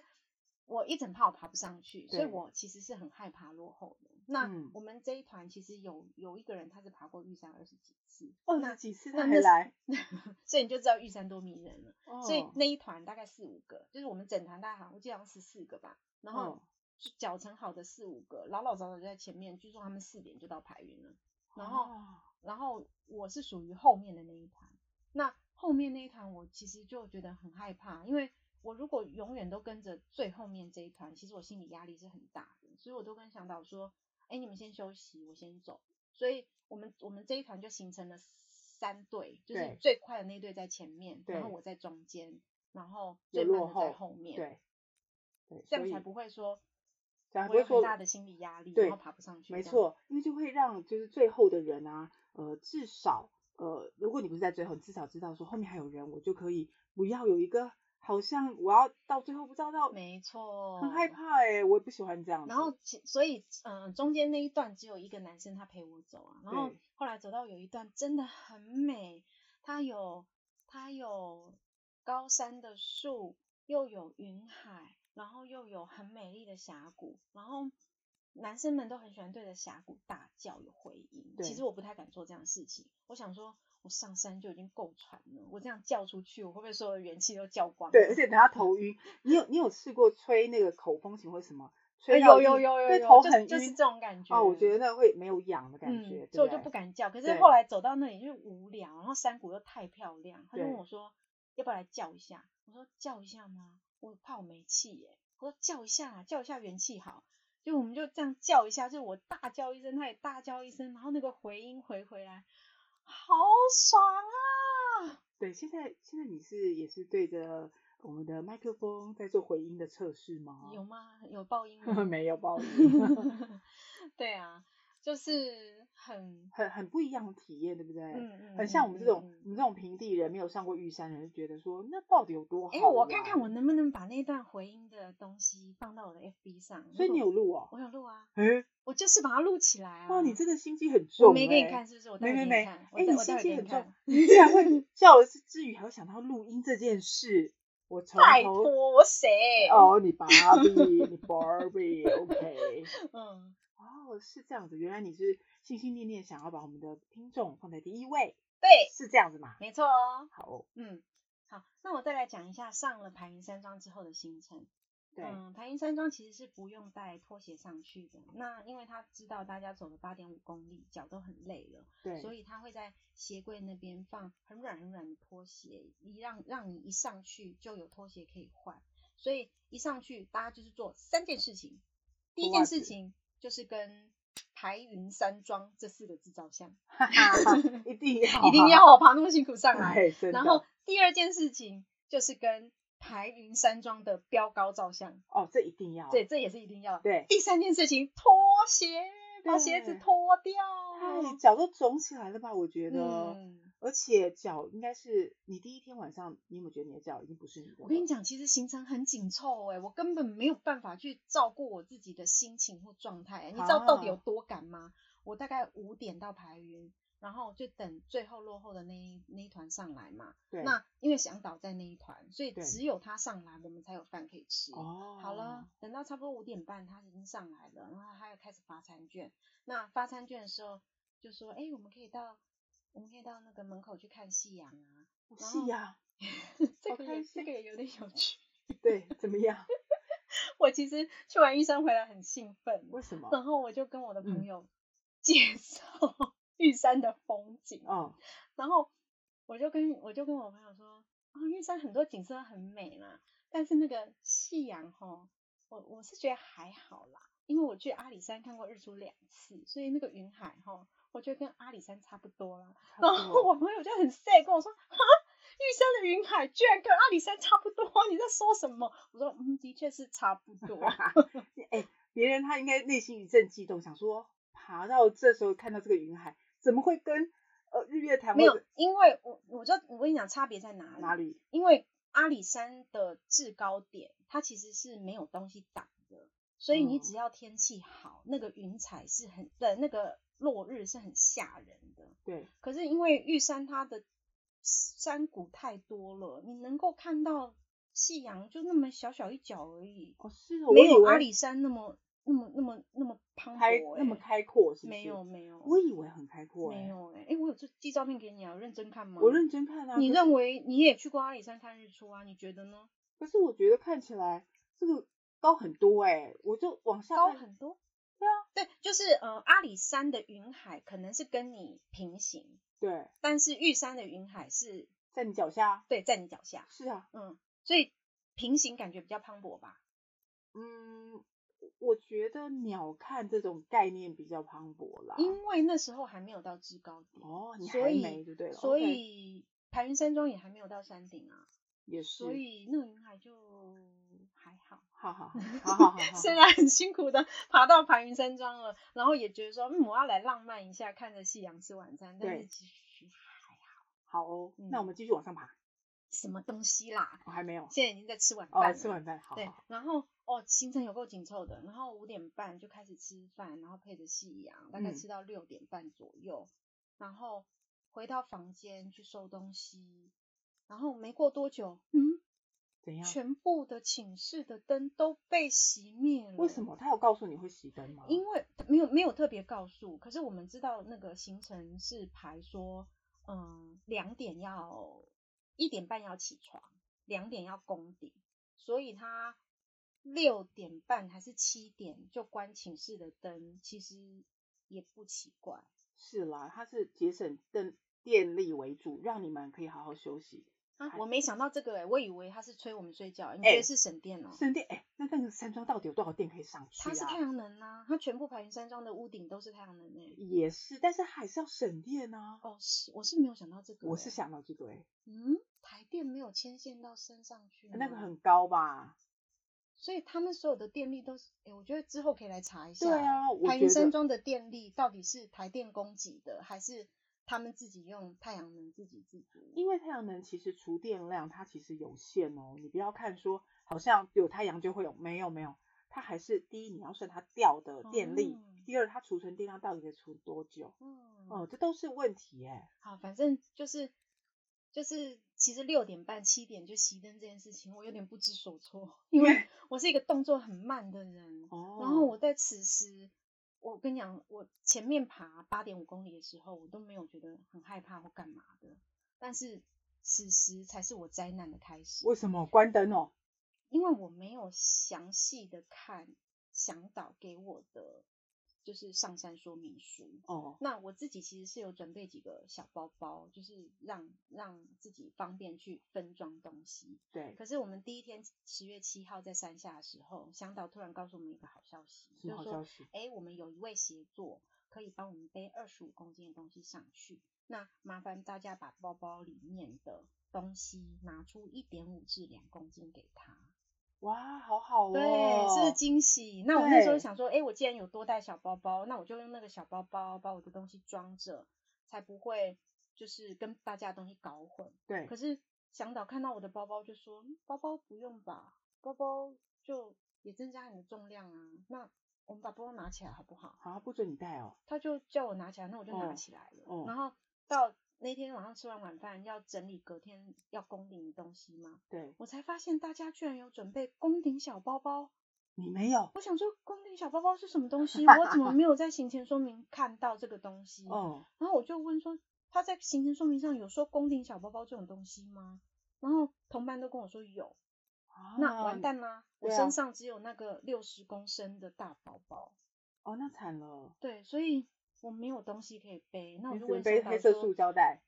S3: 我一整怕我爬不上去，所以
S4: 对
S3: 我其实是很害怕落后的。那
S4: 嗯
S3: 我们这一团其实有有一个人他是爬过玉山二十几次， [laughs]
S4: 二
S3: 那
S4: 十哦几次
S3: 那
S4: 他
S3: 那
S4: 还
S3: 是
S4: 来，
S3: 所以你就知道玉山多迷人了。所以
S4: 哦
S3: 那一团大概四五个，就是我们整团大概好像我记得好像十四个吧，然后
S4: 哦
S3: 就脚程好的四五个，老老早早就在前面，据说他们四点就到排云了。然后
S4: 哦
S3: 然后我是属于后面的那一团。那后面那一团，我其实就觉得很害怕，因为我如果永远都跟着最后面这一团，其实我心理压力是很大的，所以我都跟向导说：“哎，你们先休息，我先走。”所以我们我们这一团就形成了三队，就是
S4: 对
S3: 最快的那队在前面，然后
S4: 对
S3: 我在中间，然后
S4: 有
S3: 最慢
S4: 落
S3: 的在
S4: 后
S3: 后面，，
S4: 对对，
S3: 这
S4: 所
S3: 样才
S4: 以
S3: 不会说
S4: 这样
S3: 我
S4: 不会
S3: 有很
S4: 说
S3: 大的心理压力，
S4: 对
S3: 然后爬不上去。
S4: 没
S3: 这样，
S4: 错，因为就会让就是最后的人啊，呃，至少呃，如果你不是在最后，你至少知道说后面还有人，我就可以不要有一个好像我要到最后不知道到，
S3: 没错，
S4: 很害怕哎、我也不喜欢这样子。
S3: 然后其所以嗯、呃中间那一段只有一个男生他陪我走啊，然后
S4: 对
S3: 后来走到有一段真的很美，它有它有高山的树，又有云海，然后又有很美丽的峡谷，然后男生们都很喜欢对着峡谷大叫有回音。
S4: 对
S3: 其实我不太敢做这样的事情，我想说我上山就已经够喘了，我这样叫出去，我会不会所有的元气都叫光了？呃
S4: 对，而且等下头晕，你有你有试过吹那个口风琴或什么？
S3: 哎
S4: 吹
S3: 有
S4: 到
S3: 有
S4: 晕
S3: 有有
S4: 对
S3: 有
S4: 头
S3: 就
S4: 很晕，
S3: 就是这种感觉
S4: 哦，我觉得那会没有痒的感觉，
S3: 嗯、所以我
S4: 对啊
S3: 就不敢叫。可是
S4: 对
S3: 后来走到那里因为无聊，然后山谷又太漂亮，他就问
S4: 对
S3: 我说要不要来叫一下？我说叫一下吗？我怕我没气耶、我说叫一下啊，叫一下元气好。就我们就这样叫一下，就我大叫一声，他也大叫一声，然后那个回音回回来，好爽啊！
S4: 对。现在现在你是也是对着我们的麦克风在做回音的测试吗？
S3: 有吗？有爆音吗？
S4: 哦 [laughs] 没有吧？
S3: [laughs] 对啊，就是很
S4: 很很不一样的体验，对 [laughs] 不对？
S3: 嗯嗯，
S4: 很像我们这种
S3: 嗯嗯嗯
S4: 我们这种平地人，没有上过玉山的人，就觉得说那到底有多好？
S3: 哎、我看看我。能不能把那段回音的东西放到我的 FB 上。如
S4: 所以你有
S3: 果
S4: 录哦？
S3: 我有录啊，
S4: 哎、
S3: 我就是把它录起来啊。
S4: 哇，你真的心机很重、
S3: 我
S4: 欸。
S3: 没给你看，是不是？我待
S4: 没
S3: 会给你
S4: 没没，
S3: 看。
S4: 哎、
S3: 我待
S4: 你
S3: 我待
S4: 心
S3: 会
S4: 机
S3: 给
S4: 很
S3: 你看
S4: 重。，你居然会笑了之余还会想到录音这件事，我从
S3: 拜
S4: 头
S3: 托，我谁？，
S4: 哦，你芭比，你 Barbie，OK，、
S3: 嗯，
S4: 哦，是这样子，原来你是心心念念想要把我们的听众放在第一位，
S3: 对，
S4: 是这样子嘛？
S3: 没错哦。
S4: 好哦，
S3: 嗯，好，那我再来讲一下上了排云山庄之后的行程。
S4: 对，
S3: 嗯，排云山庄其实是不用带拖鞋上去的。那因为他知道大家走了八点五公里，脚都很累了。
S4: 对，
S3: 所以他会在鞋柜那边放很软很软的拖鞋，一让让你一上去就有拖鞋可以换。所以一上去，大家就是做三件事情。第一
S4: 脱袜
S3: 件事
S4: 子
S3: 情就是跟排云山庄这四个字照相，
S4: 哈哈，一定要、
S3: 一定，要 [laughs] 爬那么辛苦上来。
S4: 哦 [laughs] 对，真的。
S3: 然后第二件事情就是跟排云山庄的标高照相，
S4: 哦，这一定要，
S3: 对，这也是一定要的。
S4: 对，
S3: 第三件事情拖鞋，把鞋子
S4: 对
S3: 脱掉。
S4: 太哎脚都肿起来了吧？我觉得，
S3: 嗯。
S4: 而且脚应该是你第一天晚上，你有没有觉得你的脚已经不是你的？
S3: 我跟你，讲，其实行程很紧凑哎，我根本没有办法去照顾我自己的心情或状态欸。你知道到底有
S4: 啊
S3: 多赶吗？我大概五点到排云，然后就等最后落后的那一那一团上来嘛。
S4: 对，
S3: 那因为向导在那一团，所以
S4: 对
S3: 只有他上来，我们才有饭可以吃。
S4: 哦，
S3: 好了，，等到差不多五点半，他已经上来了，然后他又开始发餐券。那发餐券的时候，就说：“哎、我们可以到，我们可以到那个门口去看夕阳啊。 [laughs] 然
S4: 是
S3: 后
S4: 呀，
S3: 这
S4: 好
S3: 个
S4: 开
S3: 也这
S4: 心
S3: 个也有点有趣。
S4: 对，怎么
S3: [laughs]
S4: 样？
S3: 我其实去完玉山回来很兴奋，
S4: 为什么？
S3: 然后我就跟我的朋
S4: 嗯
S3: 友介绍 [laughs] 玉山的风景， [laughs]
S4: 哦，
S3: 然后我就跟我就跟我朋友说，哦，玉山很多景色很美啦，但是那个夕阳吼，我我是觉得还好啦，因为我去阿里山看过日出两次，所以那个云海吼，我觉得跟阿里山差不多啦。
S4: 差不
S3: 然后
S4: 多
S3: 我朋友就很 sad 跟我说，哈。玉山的云海居然跟阿里山差不多，你在说什么？我说，嗯，的确是差不多。 [laughs]
S4: 哎、别人他应该内心一阵激动，想说爬到这时候看到这个云海，怎么会跟呃日月潭
S3: 没
S4: 或
S3: 有
S4: 者，
S3: 因为我我就我跟你讲差别在哪里？
S4: 哪里？
S3: 因为阿里山的制高点，它其实是没有东西挡的，所以你
S4: 嗯
S3: 只要天气好，那个云彩是很的那个落日是很吓人的。
S4: 对，
S3: 可是因为玉山它的山谷太多了，你能够看到夕阳就那么小小一角而已，
S4: 哦是哦，我
S3: 没
S4: 以
S3: 有阿
S4: 为
S3: 里山那么那么那么那么磅
S4: 开
S3: 礴、欸，
S4: 那么开阔，是不
S3: 没
S4: 是
S3: 有，没有，
S4: 我以为很开阔
S3: 没
S4: 欸，
S3: 有哎、欸，哎、我有这寄照片给你啊，有认真看吗？
S4: 我认真看啊，
S3: 你
S4: 可
S3: 认
S4: 是
S3: 为你也去过阿里山看日出啊？你觉得呢？
S4: 可是我觉得看起来这个高很多哎，我就往下
S3: 高
S4: 看
S3: 很多。
S4: 对啊，
S3: 对，就是呃，阿里山的云海可能是跟你平行，
S4: 对，
S3: 但是玉山的云海是
S4: 在你脚下，
S3: 对在你脚下，
S4: 是啊，
S3: 嗯，所以平行感觉比较磅礴吧。
S4: 嗯，我觉得鸟看这种概念比较磅礴啦。
S3: 因为那时候还没有到制高点，
S4: 哦，你
S3: 所
S4: 还没
S3: 以
S4: 就对了，
S3: 所
S4: OK，
S3: 以排云山庄也还没有到山顶啊，
S4: 也是，
S3: 所以那个云海就还好。[laughs]
S4: 好好好好好好好，
S3: 虽然很辛苦的 [laughs] 爬到白云山庄了，然后也觉得说，嗯，我要来浪漫一下，看着夕阳吃晚餐，但
S4: 对
S3: 是其实还好
S4: 好哦，那
S3: 嗯
S4: 我们继续往上爬，
S3: 什么东西啦，
S4: 我还没有
S3: 现在已经在吃晚饭
S4: 哦，
S3: 了。
S4: 吃晚饭，好，
S3: 对
S4: 好，
S3: 然后哦，行程有够紧凑的，然后五点半就开始吃饭，然后配着夕阳，大概
S4: 嗯
S3: 吃到六点半左右，然后回到房间去收东西，然后没过多久，嗯，
S4: 怎样？
S3: 全部的寝室的灯都被熄灭了。
S4: 为什？么他有告诉你会熄灯吗？
S3: 因为没有没有特别告诉，可是我们知道那个行程是排说，嗯，两点要一点半要起床，两点要攻顶，所以他六点半还是七点就关寝室的灯，其实也不奇怪。
S4: 是啦，他是节省电电力为主，让你们可以好好休息。
S3: 啊
S4: 还，
S3: 我没想到这个哎、我以为他是催我们睡觉，你
S4: 哎
S3: 觉得是省电哦、
S4: 省电，哎，那那个山庄到底有多少电可以上去
S3: 它是太
S4: 啊？
S3: 阳能啊，它全部排云山庄的屋顶都是太阳能哎、
S4: 也是，但是还是要省电啊。
S3: 哦，是，我是没有想到这个、
S4: 我是
S3: 哎
S4: 想到这个，哎，
S3: 嗯，台电没有牵线到山上去吗，
S4: 那个很高吧？
S3: 所以他们所有的电力都是，诶我觉得之后可以来查一下。
S4: 对啊，我
S3: 台
S4: 觉
S3: 云山
S4: 得
S3: 庄的电力到底是台电供给的，还是他们自己用太阳能自给自足？
S4: 因为太阳能其实储电量它其实有限哦，你不要看说好像有太阳就会有，没有没有，它还是第一你要算它掉的电力，
S3: 哦
S4: 第二它储存电量到底得储多久，
S3: 嗯，
S4: 哦，这都是问题哎。
S3: 好，反正就是就是，其实六点半七点就熄灯这件事情，我有点不知所措，因为我是一个动作很慢的人。
S4: 哦，
S3: 然后我在此时，我跟你讲，我前面爬八点五公里的时候，我都没有觉得很害怕或干嘛的，但是此时才是我灾难的开始，
S4: 为什么关灯哦？
S3: 因为我没有详细的看向导给我的就是上山说明书。
S4: 哦，
S3: 那我自己其实是有准备几个小包包，就是让让自己方便去分装东西。
S4: 对，
S3: 可是我们第一天十月七号在山下的时候，向导突然告诉我们一个好消息，
S4: 什
S3: 就
S4: 么
S3: 是
S4: 好
S3: 说
S4: 消，息？
S3: 哎，我们有一位协作可以帮我们背二十五公斤的东西上去，那麻烦大家把包包里面的东西拿出一点五至两公斤给他。
S4: 哇，好好哦，
S3: 对，是不是惊喜？那我那时候
S4: 对
S3: 想说，哎，我既然有多带小包包，那我就用那个小包包把我的东西装着，才不会就是跟大家的东西搞混。
S4: 对
S3: 可，是向导看到我的包包就说：“嗯包包不用吧，包包就也增加你的重量啊。那我们把包包拿起来好不好
S4: 好，不准你带哦。？”
S3: 他就叫我拿起来，那我就拿
S4: 哦
S3: 起来了。
S4: 哦
S3: 然后到那天晚上吃完晚饭，要整理隔天要攻顶的东西嘛，
S4: 对，
S3: 我才发现大家居然有准备攻顶小包包。
S4: 你没有，
S3: 我想说，攻顶小包包是什么东西？我怎么没有在行前说明看到这个东西？
S4: 哦，
S3: 然后我就问说，他在行程说明上有说宫顶小包包这种东西吗？然后同伴都跟我说有，那
S4: 啊
S3: 完，蛋啦、我
S4: 对啊
S3: 身上只有那个六十公升的大包包，
S4: 哦，那惨了，
S3: 对，所以我没有东西可以背。那我
S4: 你
S3: 就
S4: 只能
S3: 问
S4: 背
S3: 向
S4: 黑
S3: 导
S4: 色塑
S3: 说，
S4: 胶袋。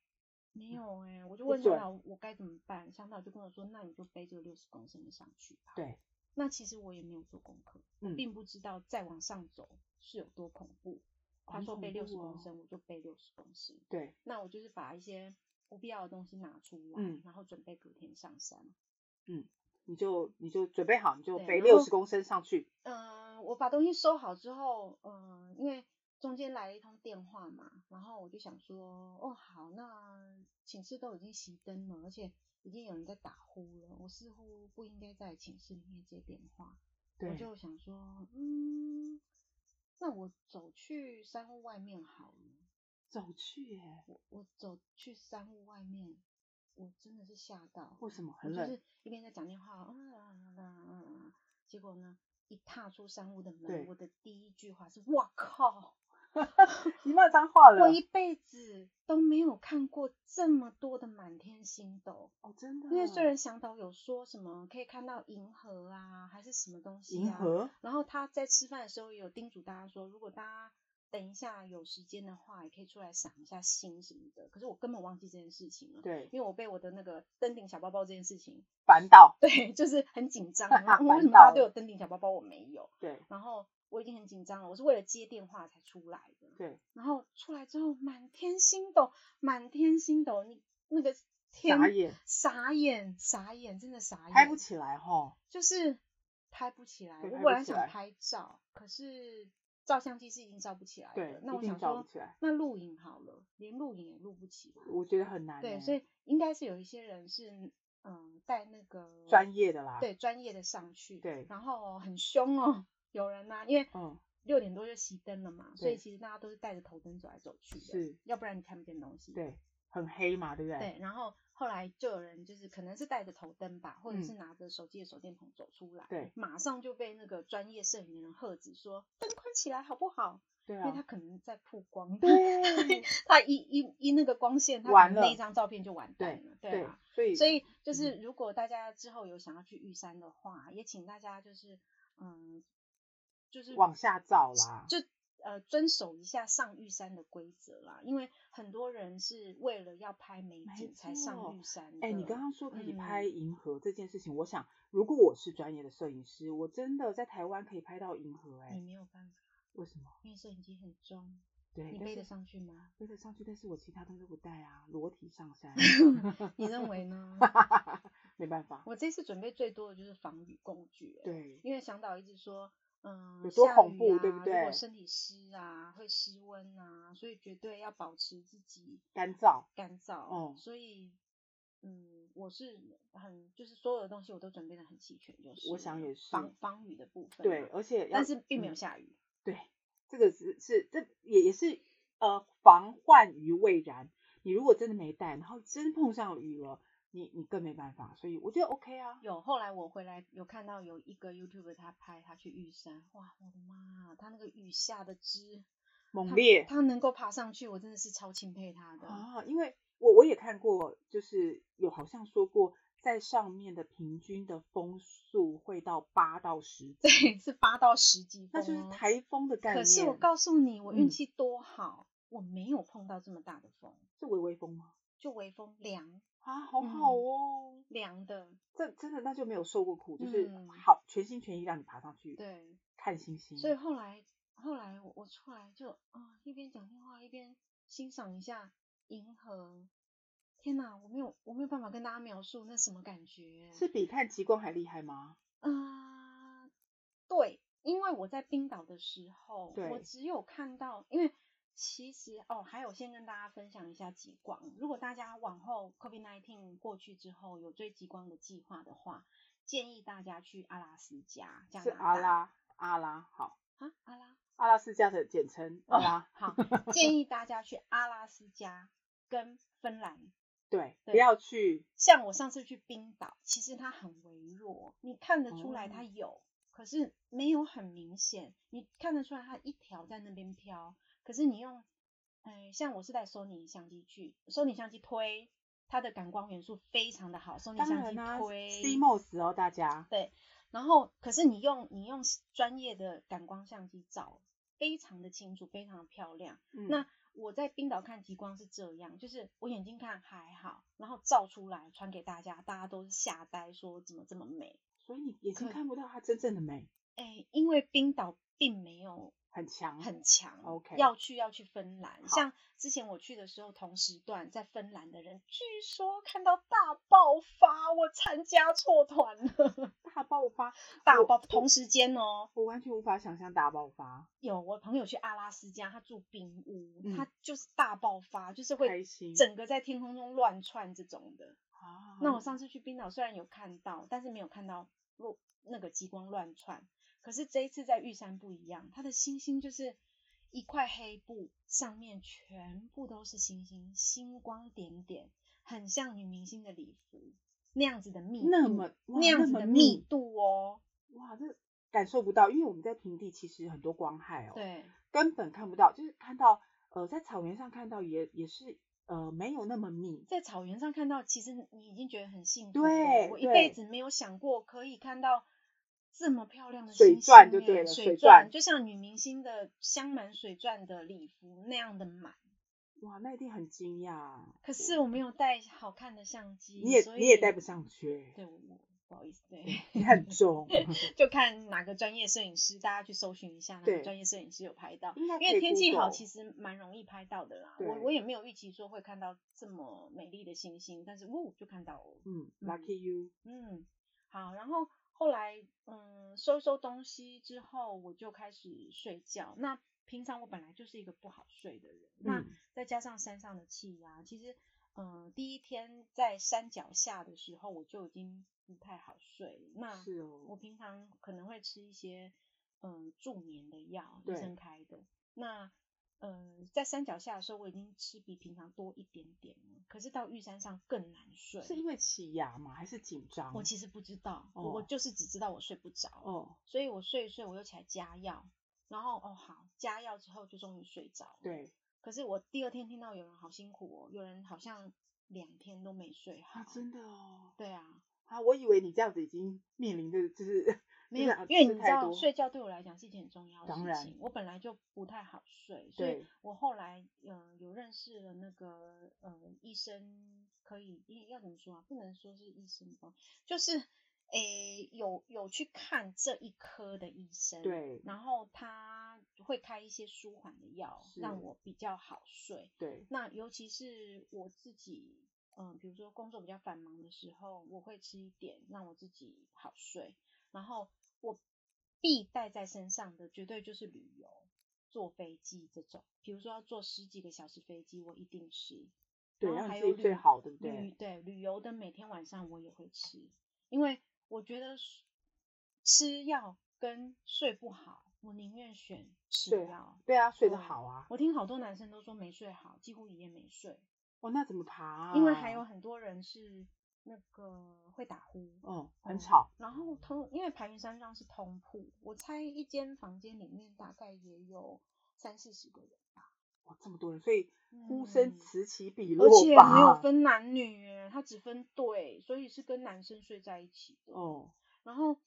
S3: 没有哎、我就问向
S4: 嗯准
S3: 导我该怎么办？向导就跟我说，那你就背这个六十公升的上去吧。
S4: 对，
S3: 那其实我也没有做功课，
S4: 嗯，
S3: 并不知道再往上走是有多恐怖。他
S4: 很
S3: 说
S4: 恐
S3: 背六十
S4: 怖哦
S3: 公升，我就背六十公升。
S4: 对，
S3: 那我就是把一些不必要的东西拿出来，
S4: 嗯
S3: 然后准备隔天上山。
S4: 你就你就准备好，你就
S3: 对
S4: 背
S3: 然
S4: 六
S3: 后呃
S4: 十公升上去。
S3: 嗯、我把东西收好之后，嗯、因为中间来了一通电话嘛，然后我就想说，哦好，那寝室都已经熄灯了，而且已经有人在打呼了，我似乎不应该在寝室里面接电话。我
S4: 对，
S3: 就想说，嗯，那我走去山屋外面好了。
S4: 走去耶，
S3: 我我走去山屋外面，我真的是吓到。
S4: 为什么
S3: 我
S4: 很
S3: 就
S4: 冷？
S3: 是一边在讲电话，啊啊啊啊啊！结果呢，一踏出山屋的
S4: 对
S3: 门，我的第一句话是：哇靠！
S4: 你骂脏话了
S3: 我？一辈子都没有看过这么多的满天星斗。
S4: 哦，真的，
S3: 因为虽然向导有说什么可以看到银河啊，还是什么东西、啊，
S4: 银河，
S3: 然后他在吃饭的时候也有叮嘱大家说，如果大家等一下有时间的话，也可以出来赏一下星什么的。可是我根本忘记这件事情了，
S4: 对，
S3: 因为我被我的那个登顶小包包这件事情，
S4: 烦到，
S3: [laughs] 对，就是很紧张，然后嗯为什
S4: 烦
S3: 么
S4: 到
S3: 大家
S4: 了
S3: 都有登顶小包包，我没有，
S4: 对
S3: 然后我已经很紧张了，我是为了接电话才出来的。
S4: 对，
S3: 然后出来之后，满天星斗，满天星斗，你那个天
S4: 傻眼，
S3: 傻眼，傻眼，真的傻眼，
S4: 拍不起来哈，
S3: 就是拍不起来。
S4: 对
S3: 我本
S4: 拍不
S3: 来
S4: 起
S3: 想
S4: 来
S3: 拍照，可是照相机是已经照不起来
S4: 对
S3: 的。，那
S4: 一
S3: 我
S4: 定
S3: 想
S4: 照不
S3: 说，
S4: 起来，
S3: 那录影好了，连录影也录不起来。
S4: 我觉得很难耶，
S3: 对，所以应该是有一些人是嗯带那个
S4: 专业的啦，，
S3: 对专业的上去，
S4: 啊对
S3: 然后很凶哦，有人呐、因为
S4: 嗯，
S3: 六点多就熄灯了嘛，所以
S4: 对
S3: 其实大家都是带着头灯走来走去的，
S4: 是
S3: 要不然你看不见东西。
S4: 对，很黑嘛，对不对？
S3: 对，然后后来就有人就是可能是带着头灯吧，或者
S4: 嗯
S3: 是拿着手机的手电筒走出来，
S4: 对
S3: 马上就被那个专业摄影的人喝止说灯关起来好不好？
S4: 对
S3: 因为他
S4: 啊，
S3: 可能在曝光， [laughs]
S4: 对
S3: 他一一一那个光线，他可
S4: 完
S3: 能那
S4: 了
S3: 一张照片就完蛋了，对
S4: 对
S3: 啊。，
S4: 所以
S3: 所以就是如果大家之后有想要去玉山的话，也请大家就是嗯，就是
S4: 往下照啦，
S3: 就呃遵守一下上玉山的规则啦，因为很多人是为了要拍美
S4: 没
S3: 景才
S4: 错
S3: 上玉山的。
S4: 哎、你刚刚说可以拍
S3: 嗯
S4: 银河这件事情，我想如果我是专业的摄影师，我真的在台湾可以拍到银河、
S3: 你
S4: 哎，
S3: 没有办法，
S4: 为什么？
S3: 因为摄影机很重，
S4: 对，
S3: 你
S4: 哎但
S3: 背得
S4: 是
S3: 上去
S4: [laughs]
S3: 吗？
S4: 背得上去，但是我其他东西不带啊，裸体上
S3: [laughs]
S4: 山，
S3: 你认为
S4: [laughs]
S3: 呢？
S4: 没办法。
S3: 我这次准备最多的就是防雨工
S4: [laughs]
S3: 具、哎
S4: 对，
S3: 因为向导一直说。嗯，
S4: 有多
S3: 下
S4: 恐
S3: 雨
S4: 怖对不
S3: 啊如
S4: 对
S3: 果身体湿啊，会失温啊，所以绝对要保持自己
S4: 干燥，
S3: 干燥。
S4: 哦
S3: 所以，嗯，我是很就是所有的东西我都准备的很齐全，就是
S4: 我想
S3: 了
S4: 也是
S3: 防防雨的部分啊。
S4: 对，而且要
S3: 但是并没有
S4: 嗯
S3: 下雨。
S4: 对，这个是是这也也是呃防患于未然。你如果真的没带，然后真碰上雨了，你你更没办法，所以我觉得 OK 啊。
S3: 有后来我回来有看到有一个 YouTube 他拍他去玉山，哇，我的妈，他那个雨下的之
S4: 猛
S3: 他
S4: 烈
S3: 他能够爬上去，我真的是超钦佩他的。
S4: 啊，因为我我也看过，就是有好像说过，在上面的平均的风速会到八到十，
S3: [laughs] 对，是八到十级
S4: 那
S3: 风、哦，
S4: 就是台风的概念。
S3: 可是我告诉你，我运
S4: 嗯
S3: 气多好，我没有碰到这么大的风，
S4: 是微微风吗？
S3: 就微风凉
S4: 啊，好好
S3: 嗯
S4: 哦，
S3: 凉的，
S4: 这真的那就没有受过苦，就是
S3: 嗯
S4: 好全心全意让你爬上去，，
S3: 对。
S4: 看星星。
S3: 所以后来后来我我出来就啊、一边讲电话一边欣赏一下银河。天哪，我没有我没有办法跟大家描述那什么感觉。
S4: 是比看极光还厉害吗？
S3: 啊、对，因为我在冰岛的时候，我
S4: 对
S3: 只有看到，因为其实哦，还有先跟大家分享一下极光。如果大家往后 COVID 1 9过去之后有追极光的计划的话，建议大家去阿拉斯加，加
S4: 是
S3: 拿
S4: 阿
S3: 大
S4: 拉阿拉，好，
S3: 啊，阿拉
S4: 阿拉斯加的简称
S3: 哦
S4: 阿拉，
S3: 好，建议大家去阿拉斯加跟芬兰。
S4: 对，不
S3: 对
S4: 要去
S3: 像我上次去冰岛，其实它很微弱，你看得出来它
S4: 哦
S3: 有，可是没有很明显。你看得出来它一条在那边飘，可是你用，呃，像我是带索尼相机去，索尼相机推，它的感光元素非常的好，索尼
S4: 当
S3: 相
S4: 然
S3: 机
S4: 啦
S3: 推。
S4: ，CMOS 哦，大家，
S3: 然后，可是你用你用专业的感光相机照，非常的清楚，非常的漂亮。
S4: 嗯
S3: 那我在冰岛看极光是这样，就是我眼睛看还好，然后照出来传给大家，大家都是吓呆，说怎么这么美？
S4: 所以你眼睛
S3: 可
S4: 看不到它真正的美，
S3: 哎，因为冰岛并没有
S4: 很强，
S3: 很强。
S4: OK
S3: 要去要去芬兰，
S4: 好
S3: 像之前我去的时候，同时段在芬兰的人，据说看到大爆发，我参加错团
S4: [laughs]
S3: 了，
S4: 大爆发，
S3: 大
S4: 我
S3: 爆同时间哦。
S4: 我完全无法想象大爆发，
S3: 有我朋友去阿拉斯加，他住冰屋，
S4: 嗯
S3: 他就是大爆发，就是
S4: 开
S3: 会
S4: 心
S3: 整个在天空中乱窜这种的。
S4: 啊！
S3: 那我上次去冰岛虽然有看到，但是没有看到落那个极光乱窜。可是这一次在玉山不一样，它的星星就是一块黑布，上面全部都是星星，星光点点，很像女明星的礼服那样子的密度，
S4: 那么
S3: 嗯
S4: 哇
S3: 那样
S4: 那
S3: 子
S4: 么
S3: 的密
S4: 密
S3: 度哦。
S4: 哇，这感受不到，因为我们在平地其实很多光害哦，，
S3: 对，
S4: 根本看不到，就是看到呃在草原上看到也也是呃没有那么密，
S3: 在草原上看到，其实你已经觉得很幸福了。
S4: 对
S3: 我一
S4: 对
S3: 辈子没有想过可以看到这么漂亮的
S4: 水
S3: 星
S4: 钻
S3: 星
S4: 就对
S3: 耶
S4: 了
S3: 水
S4: 水
S3: 钻
S4: 钻
S3: 就像女明星的镶满水钻的礼服那样的满。
S4: 哇，那一定很惊讶。
S3: 可是我没有带好看的相机，
S4: 你也
S3: 嗯所以
S4: 你也带不上去，
S3: 对，我我不好意思，对，
S4: 你很重，
S3: [laughs] 就看哪个专业摄影师，大家去搜寻一下哪个
S4: 对
S3: 专业摄影师有拍到。
S4: 应该
S3: 因为天气好，其
S4: 实
S3: 实蛮容易拍到的啦。
S4: 对
S3: 我我也没有预期说会看到这么美丽的星星，但是呜就看到了。
S4: 嗯
S3: 嗯
S4: ，lucky you，
S3: 嗯，好，然后后来嗯收收东西之后，我就开始睡觉。那平常我本来就是一个不好睡的人，那
S4: 嗯
S3: 再加上山上的气压，其实嗯、呃第一天在山脚下的时候，我就已经不太好睡了。那
S4: 是
S3: 我
S4: 哦，
S3: 平常可能会吃一些嗯助眠的药，医
S4: 对
S3: 生开的。那呃，在山脚下的时候，我已经吃比平常多一点点了，可是到玉山上更难睡。
S4: 是因为起牙吗？还是紧张？
S3: 我其实不知道，我我
S4: 哦
S3: 就是只知道我睡不着，
S4: 哦，
S3: 所以我睡一睡，我又起来加药，然后哦好，加药之后就终于睡着。，
S4: 对，
S3: 可是我第二天听到有人好辛苦哦，有人好像两天都没睡好。
S4: 啊，真的哦，
S3: 对啊，
S4: 啊，我以为你这样子已经面临
S3: [laughs]
S4: 的就是
S3: 没有
S4: 啊，
S3: 因为
S4: 吃
S3: 你知
S4: 太
S3: 道
S4: 多
S3: 睡觉对我来讲是一件很重要的
S4: 当
S3: 事
S4: 然
S3: 情，我本来就不太好睡，所以
S4: 对
S3: 我后来嗯、呃有认识了那个呃医生，可以因要怎么说啊？不能说是医生哦，就是诶、有有去看这一科的医生，
S4: 对
S3: 然后他会开一些舒缓的药，让
S4: 是
S3: 我比较好睡。
S4: 对
S3: 那尤其是我自己，嗯，比如说工作比较繁忙的时候，我会吃一点让我自己好睡。然后我必带在身上的，绝对就是旅游、坐飞机这种。比如说要坐十几个小时飞机，我一定吃。
S4: 对，
S3: 然后
S4: 让
S3: 还
S4: 自
S3: 有
S4: 己
S3: 旅
S4: 最好，对不
S3: 旅
S4: 对？
S3: 对旅游的每天晚上我也会吃，因为我觉得是吃药跟睡不好，我宁愿选吃
S4: 对
S3: 药。
S4: 对啊，睡得
S3: 对
S4: 好啊，
S3: 我听好多男生都说没睡好，几乎一夜没睡，
S4: 哦，那怎么爬啊？
S3: 因为还有很多人是那个会打呼，嗯
S4: 哦，很吵，
S3: 然后通因为排云山庄是通铺，我猜一间房间里面大概也有三四十个人吧，
S4: 哇，这么多人，所以呼
S3: 嗯
S4: 声此起彼落
S3: 而且
S4: 吧，
S3: 没有分男女耶，他只分队，所以是跟男生睡在一起的。
S4: 哦，
S3: 然后，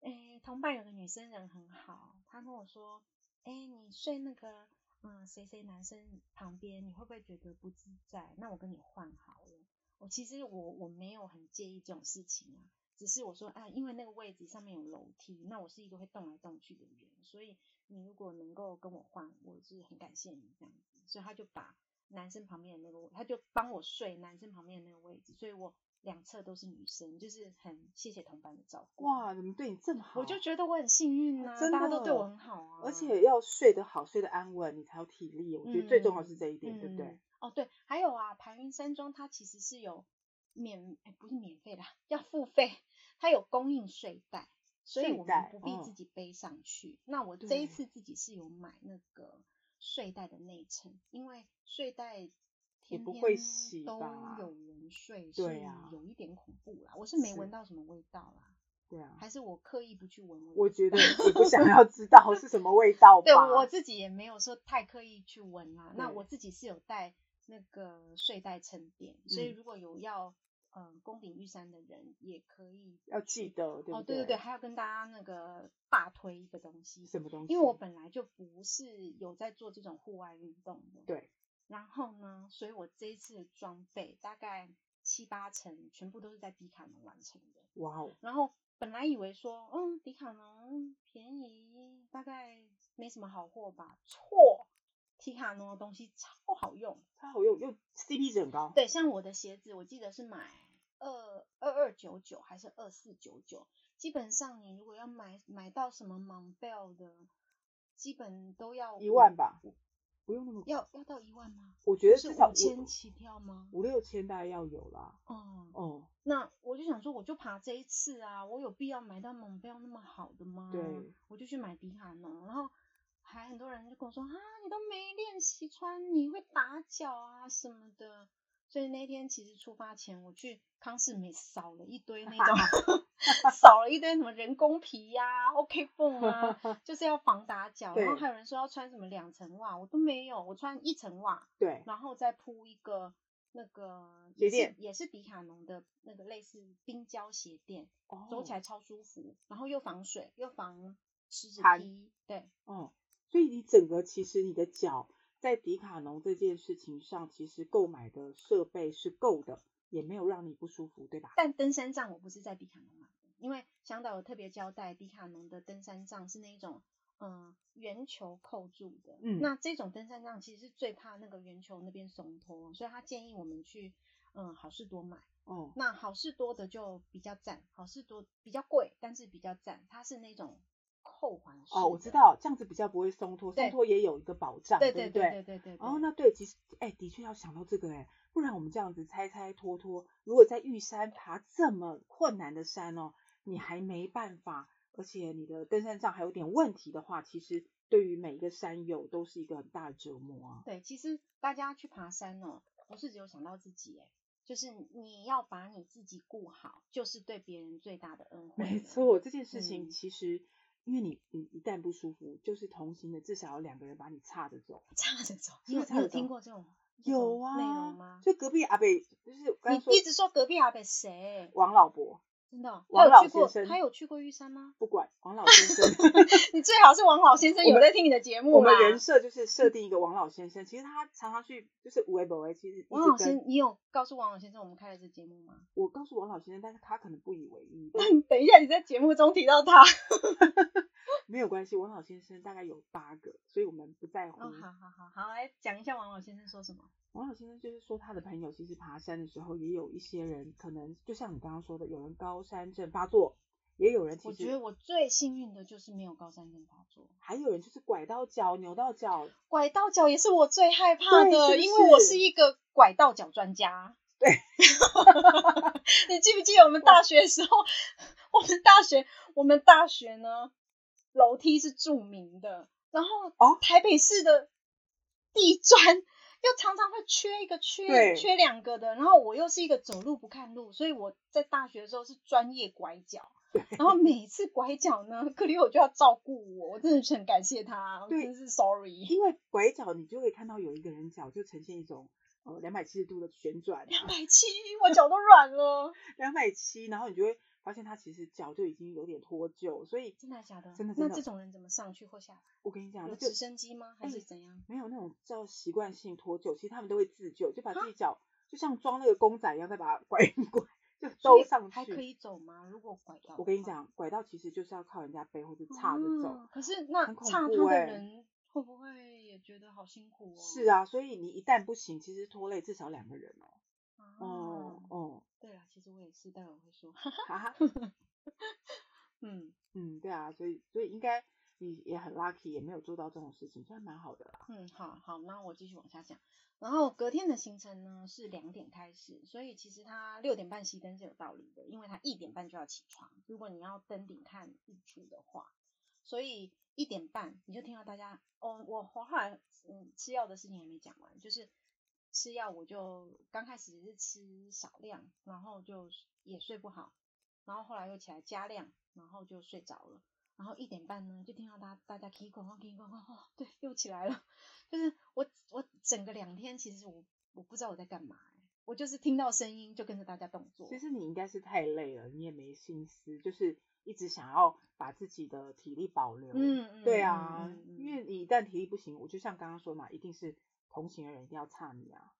S3: 诶，同伴有个女生人很好，她跟我说，诶，你睡那个嗯谁谁男生旁边，你会不会觉得不自在？那我跟你换好了。我其实我我没有很介意这种事情啊，只是我说啊，因为那个位置上面有楼梯，那我是一个会动来动去的人，所以你如果能够跟我换，我是很感谢你这样子。所以他就把男生旁边的那个位，他就帮我睡男生旁边的那个位置，所以我两侧都是女生，就是很谢谢同伴的照顾。，
S4: 哇，怎么对你这么好？
S3: 我就觉得我很幸运呐、
S4: 真
S3: 大家都对
S4: 的
S3: 我很好啊，
S4: 而且要睡得好，睡得安稳，你才有体力。我觉得最重要是这一点，对不对
S3: 嗯？？哦，对，还有啊，排云山庄它其实是有免，哎，不是免费啦，要付费，它有供应睡袋，所以
S4: 睡
S3: 我们
S4: 袋
S3: 不必自
S4: 嗯
S3: 己背上去。那我这一
S4: 对
S3: 次自己是有买那个睡袋的内衬，因为睡袋。
S4: 也
S3: 天
S4: 不
S3: 天
S4: 会洗
S3: 都
S4: 吧
S3: 有人睡，
S4: 对
S3: 是
S4: 啊
S3: 有一点恐怖啦。我是没
S4: 是
S3: 闻到什么味道啦，
S4: 对啊，
S3: 还是我刻意不去闻味道？
S4: 我觉
S3: [laughs]
S4: 得也不想要知道是什么味道吧。
S3: 对我自己也没有说太刻意去闻啦、那
S4: 对
S3: 我自己是有带那个睡袋衬垫，所以
S4: 嗯
S3: 如果有要嗯攻顶玉山的人，也可以
S4: 要记得，对不
S3: 哦，对对
S4: 对
S3: 对，还要跟大家那个大推一个东西，
S4: 什么东西？
S3: 因为我本来就不是有在做这种户外运动的，
S4: 对。
S3: 然后呢，所以我这一次的装备大概七八成全部都是在迪卡侬完成的。
S4: 哇哦，
S3: 然后本来以为说，嗯，迪卡侬便宜，大概没什么好货吧？错，提卡侬的东西超好用。
S4: 它好用，又 CP 值很高。
S3: 对，像我的鞋子，我记得是买二二二九九还是二四九九，基本上你如果要买买到什么 Montbell 的，基本都要
S4: 一
S3: 五
S4: 万，吧，不用那么，
S3: 要要到一万吗？
S4: 我觉得
S3: 是
S4: 至少
S3: 五千起跳吗？
S4: 五六千大概要有啦。
S3: 哦、
S4: 哦，
S3: 那我就想说，我就爬这一次啊，我有必要买到蒙贝奥那么好的吗？
S4: 对，
S3: 我就去买迪卡侬，然后还很多人就跟我说啊，你都没练习穿，你会打脚啊什么的。所以那天其实出发前，我去康士美扫了一堆那
S4: [laughs]
S3: 种，扫了一堆什么人工皮呀、OK 缝啊，
S4: [laughs]
S3: 就是要防打脚。然后
S4: 对
S3: 还有人说要穿什么两层袜，我都没有，我穿一层袜。
S4: 对，
S3: 然后再铺一个那个
S4: 鞋
S3: 也是
S4: 垫
S3: 也是迪卡侬的那个类似冰胶鞋垫，
S4: 哦
S3: 走起来超舒服，然后又防水又防狮子
S4: 寒
S3: 踢，对
S4: 哦，所以你整个其实你的脚在迪卡侬这件事情上，其实购买的设备是够的，也没有让你不舒服，对吧？
S3: 但登山杖我不是在迪卡侬买的，因为香导有特别交代，迪卡侬的登山杖是那一种嗯、呃圆球扣住的。
S4: 嗯
S3: 那这种登山杖其实是最怕那个圆球那边松脱，所以他建议我们去嗯、呃好事多买。
S4: 哦，
S3: 那好事多的就比较赞，好事多比较贵，但是比较赞，它是那种扣环式。
S4: 哦，我知。道，这样子比较不会松脱，
S3: 对
S4: 松脱也有一个保障，
S3: 对
S4: 对
S3: 对
S4: 不
S3: 对对对对。
S4: 哦，
S3: 对
S4: 那对，其实哎，的确要想到这个哎，不然我们这样子猜猜拖拖，如果在玉山爬这么困难的山哦，你还没办法，而且你的登山杖还有点问题的话，其实对于每一个山友都是一个很大的折磨啊。
S3: 对，其实大家去爬山哦，不是只有想到自己，哎，就是你要把你自己顾好，就是对别人最大的恩惠。
S4: 没。错，这件事
S3: 嗯
S4: 情其实。因为你你一旦不舒服，就是同行的至少有两个人把你岔着走。
S3: 差着走，
S4: 是
S3: 你有
S4: 差
S3: 你有
S4: 着走
S3: 听过这种这
S4: 有
S3: 种
S4: 啊，
S3: 内容吗？
S4: 就隔壁阿北，就是我刚才说
S3: 你一直说隔壁阿北谁？
S4: 王老伯，
S3: 真的哦，
S4: 王
S3: 他有
S4: 老
S3: 去过，
S4: 先生
S3: 他有去过玉山吗？ [laughs]
S4: 不管王老先生，
S3: 你最好是王老先生
S4: 我
S3: 有
S4: 们
S3: 在听你的节目
S4: 我们
S3: 啦。
S4: 人设就是设定一个王老先生，其实他常常去就是无为不为，其实一
S3: 王老
S4: 直
S3: 先
S4: 跟，
S3: 你有告诉王老先生我们开了这节目吗？
S4: 我告诉王老先生，但是他可能不以为意，
S3: 那你等一下，你在节目中提到他。
S4: 没有关系，王老先生大概有八个，所以我们不在乎。
S3: 哦，好好好好，来讲一下王老先生说什么。
S4: 王老先生就是说，他的朋友其实爬山的时候，也有一些人可能就像你刚刚说的，有人高山症发作，也有人其
S3: 我觉得
S4: 实
S3: 我最幸运的就是没有高山症发作，
S4: 还有人就是拐到脚、扭到脚，
S3: 拐到脚也是我最害怕的，
S4: 对是不
S3: 因为我
S4: 是
S3: 是一个拐到脚专家。
S4: 对，
S3: [laughs] 你记不记得我们大学的时候， [laughs] 我们大学我们大学呢楼梯是著名的，然后
S4: 哦
S3: 台北市的地砖。 [laughs] 又常常会缺一个缺
S4: 对
S3: 缺两个的，然后我又是一个走路不看路，所以我在大学的时候是专业拐
S4: [laughs]
S3: 脚，然后每一次拐脚呢，克里欧就要照顾我，我真的是很感谢他，我
S4: 对
S3: 真是 sorry。
S4: 因为拐角你就会看到有一个人脚就呈现一种呃两百七十度的旋转、
S3: 两
S4: 啊，
S3: 百七，我脚都软了，
S4: 两百七，然后你就会发现他其实脚就已经有点脱臼，所以
S3: [laughs] 真的假的？
S4: 真的
S3: 那
S4: 真的
S3: 这种人怎么上去或下来？
S4: 我跟你讲，
S3: 有
S4: 就哎
S3: 直升机吗？还是怎样？
S4: 没有那种叫习惯性脱臼，其实他们都会自救，就把
S3: 啊
S4: 自己脚就像装那个公仔一样，再把它拐一拐，就
S3: 所以
S4: 兜上去。
S3: 还可以走吗？如果拐到，
S4: 我跟你，讲，拐到其实就是要靠人家背或者岔着走。
S3: 哦可是那
S4: 很恐
S3: 岔他
S4: 怖
S3: 的
S4: 欸
S3: 人会不会也觉得好辛苦哦？
S4: 是，啊，所以你一旦不行，其实拖累至少两个人哦。
S3: 哦
S4: 哦，哦，
S3: 对了，其实我也是，待会我会说，哈哈
S4: 哈 [laughs] 哈，
S3: [laughs] 嗯
S4: 嗯，对啊，所以所以应该你也很 lucky，也没有做到这种事情，这还蛮好的啦。
S3: 嗯，好好，那我继续往下讲。然后隔天的行程呢是两点开始，所以其实他六点半熄灯是有道理的，因为他一点半就要起床。如果你要登顶看日出的话，所以一点半你就听到大家，哦，我我后来嗯吃药的事情还没讲完，就是吃药我就刚开始是吃少量，然后就也睡不好，然后后来又起来加量，然后就睡着了。然后一点半呢，就听到大大家 k i k o k i k o 哦，对，又起来了。就是我我整个两天，其实我我不知道我在干嘛、欸我就是听到声音就跟着大家动作
S4: 其。实你应该是太累了，你也没心思，就是一直想要把自己的体力保留。
S3: 嗯嗯，
S4: 对啊，
S3: 嗯嗯嗯 [laughs]
S4: 因为你一旦体力不行，我就像刚刚说嘛，一定是同行的人一定要差你啊。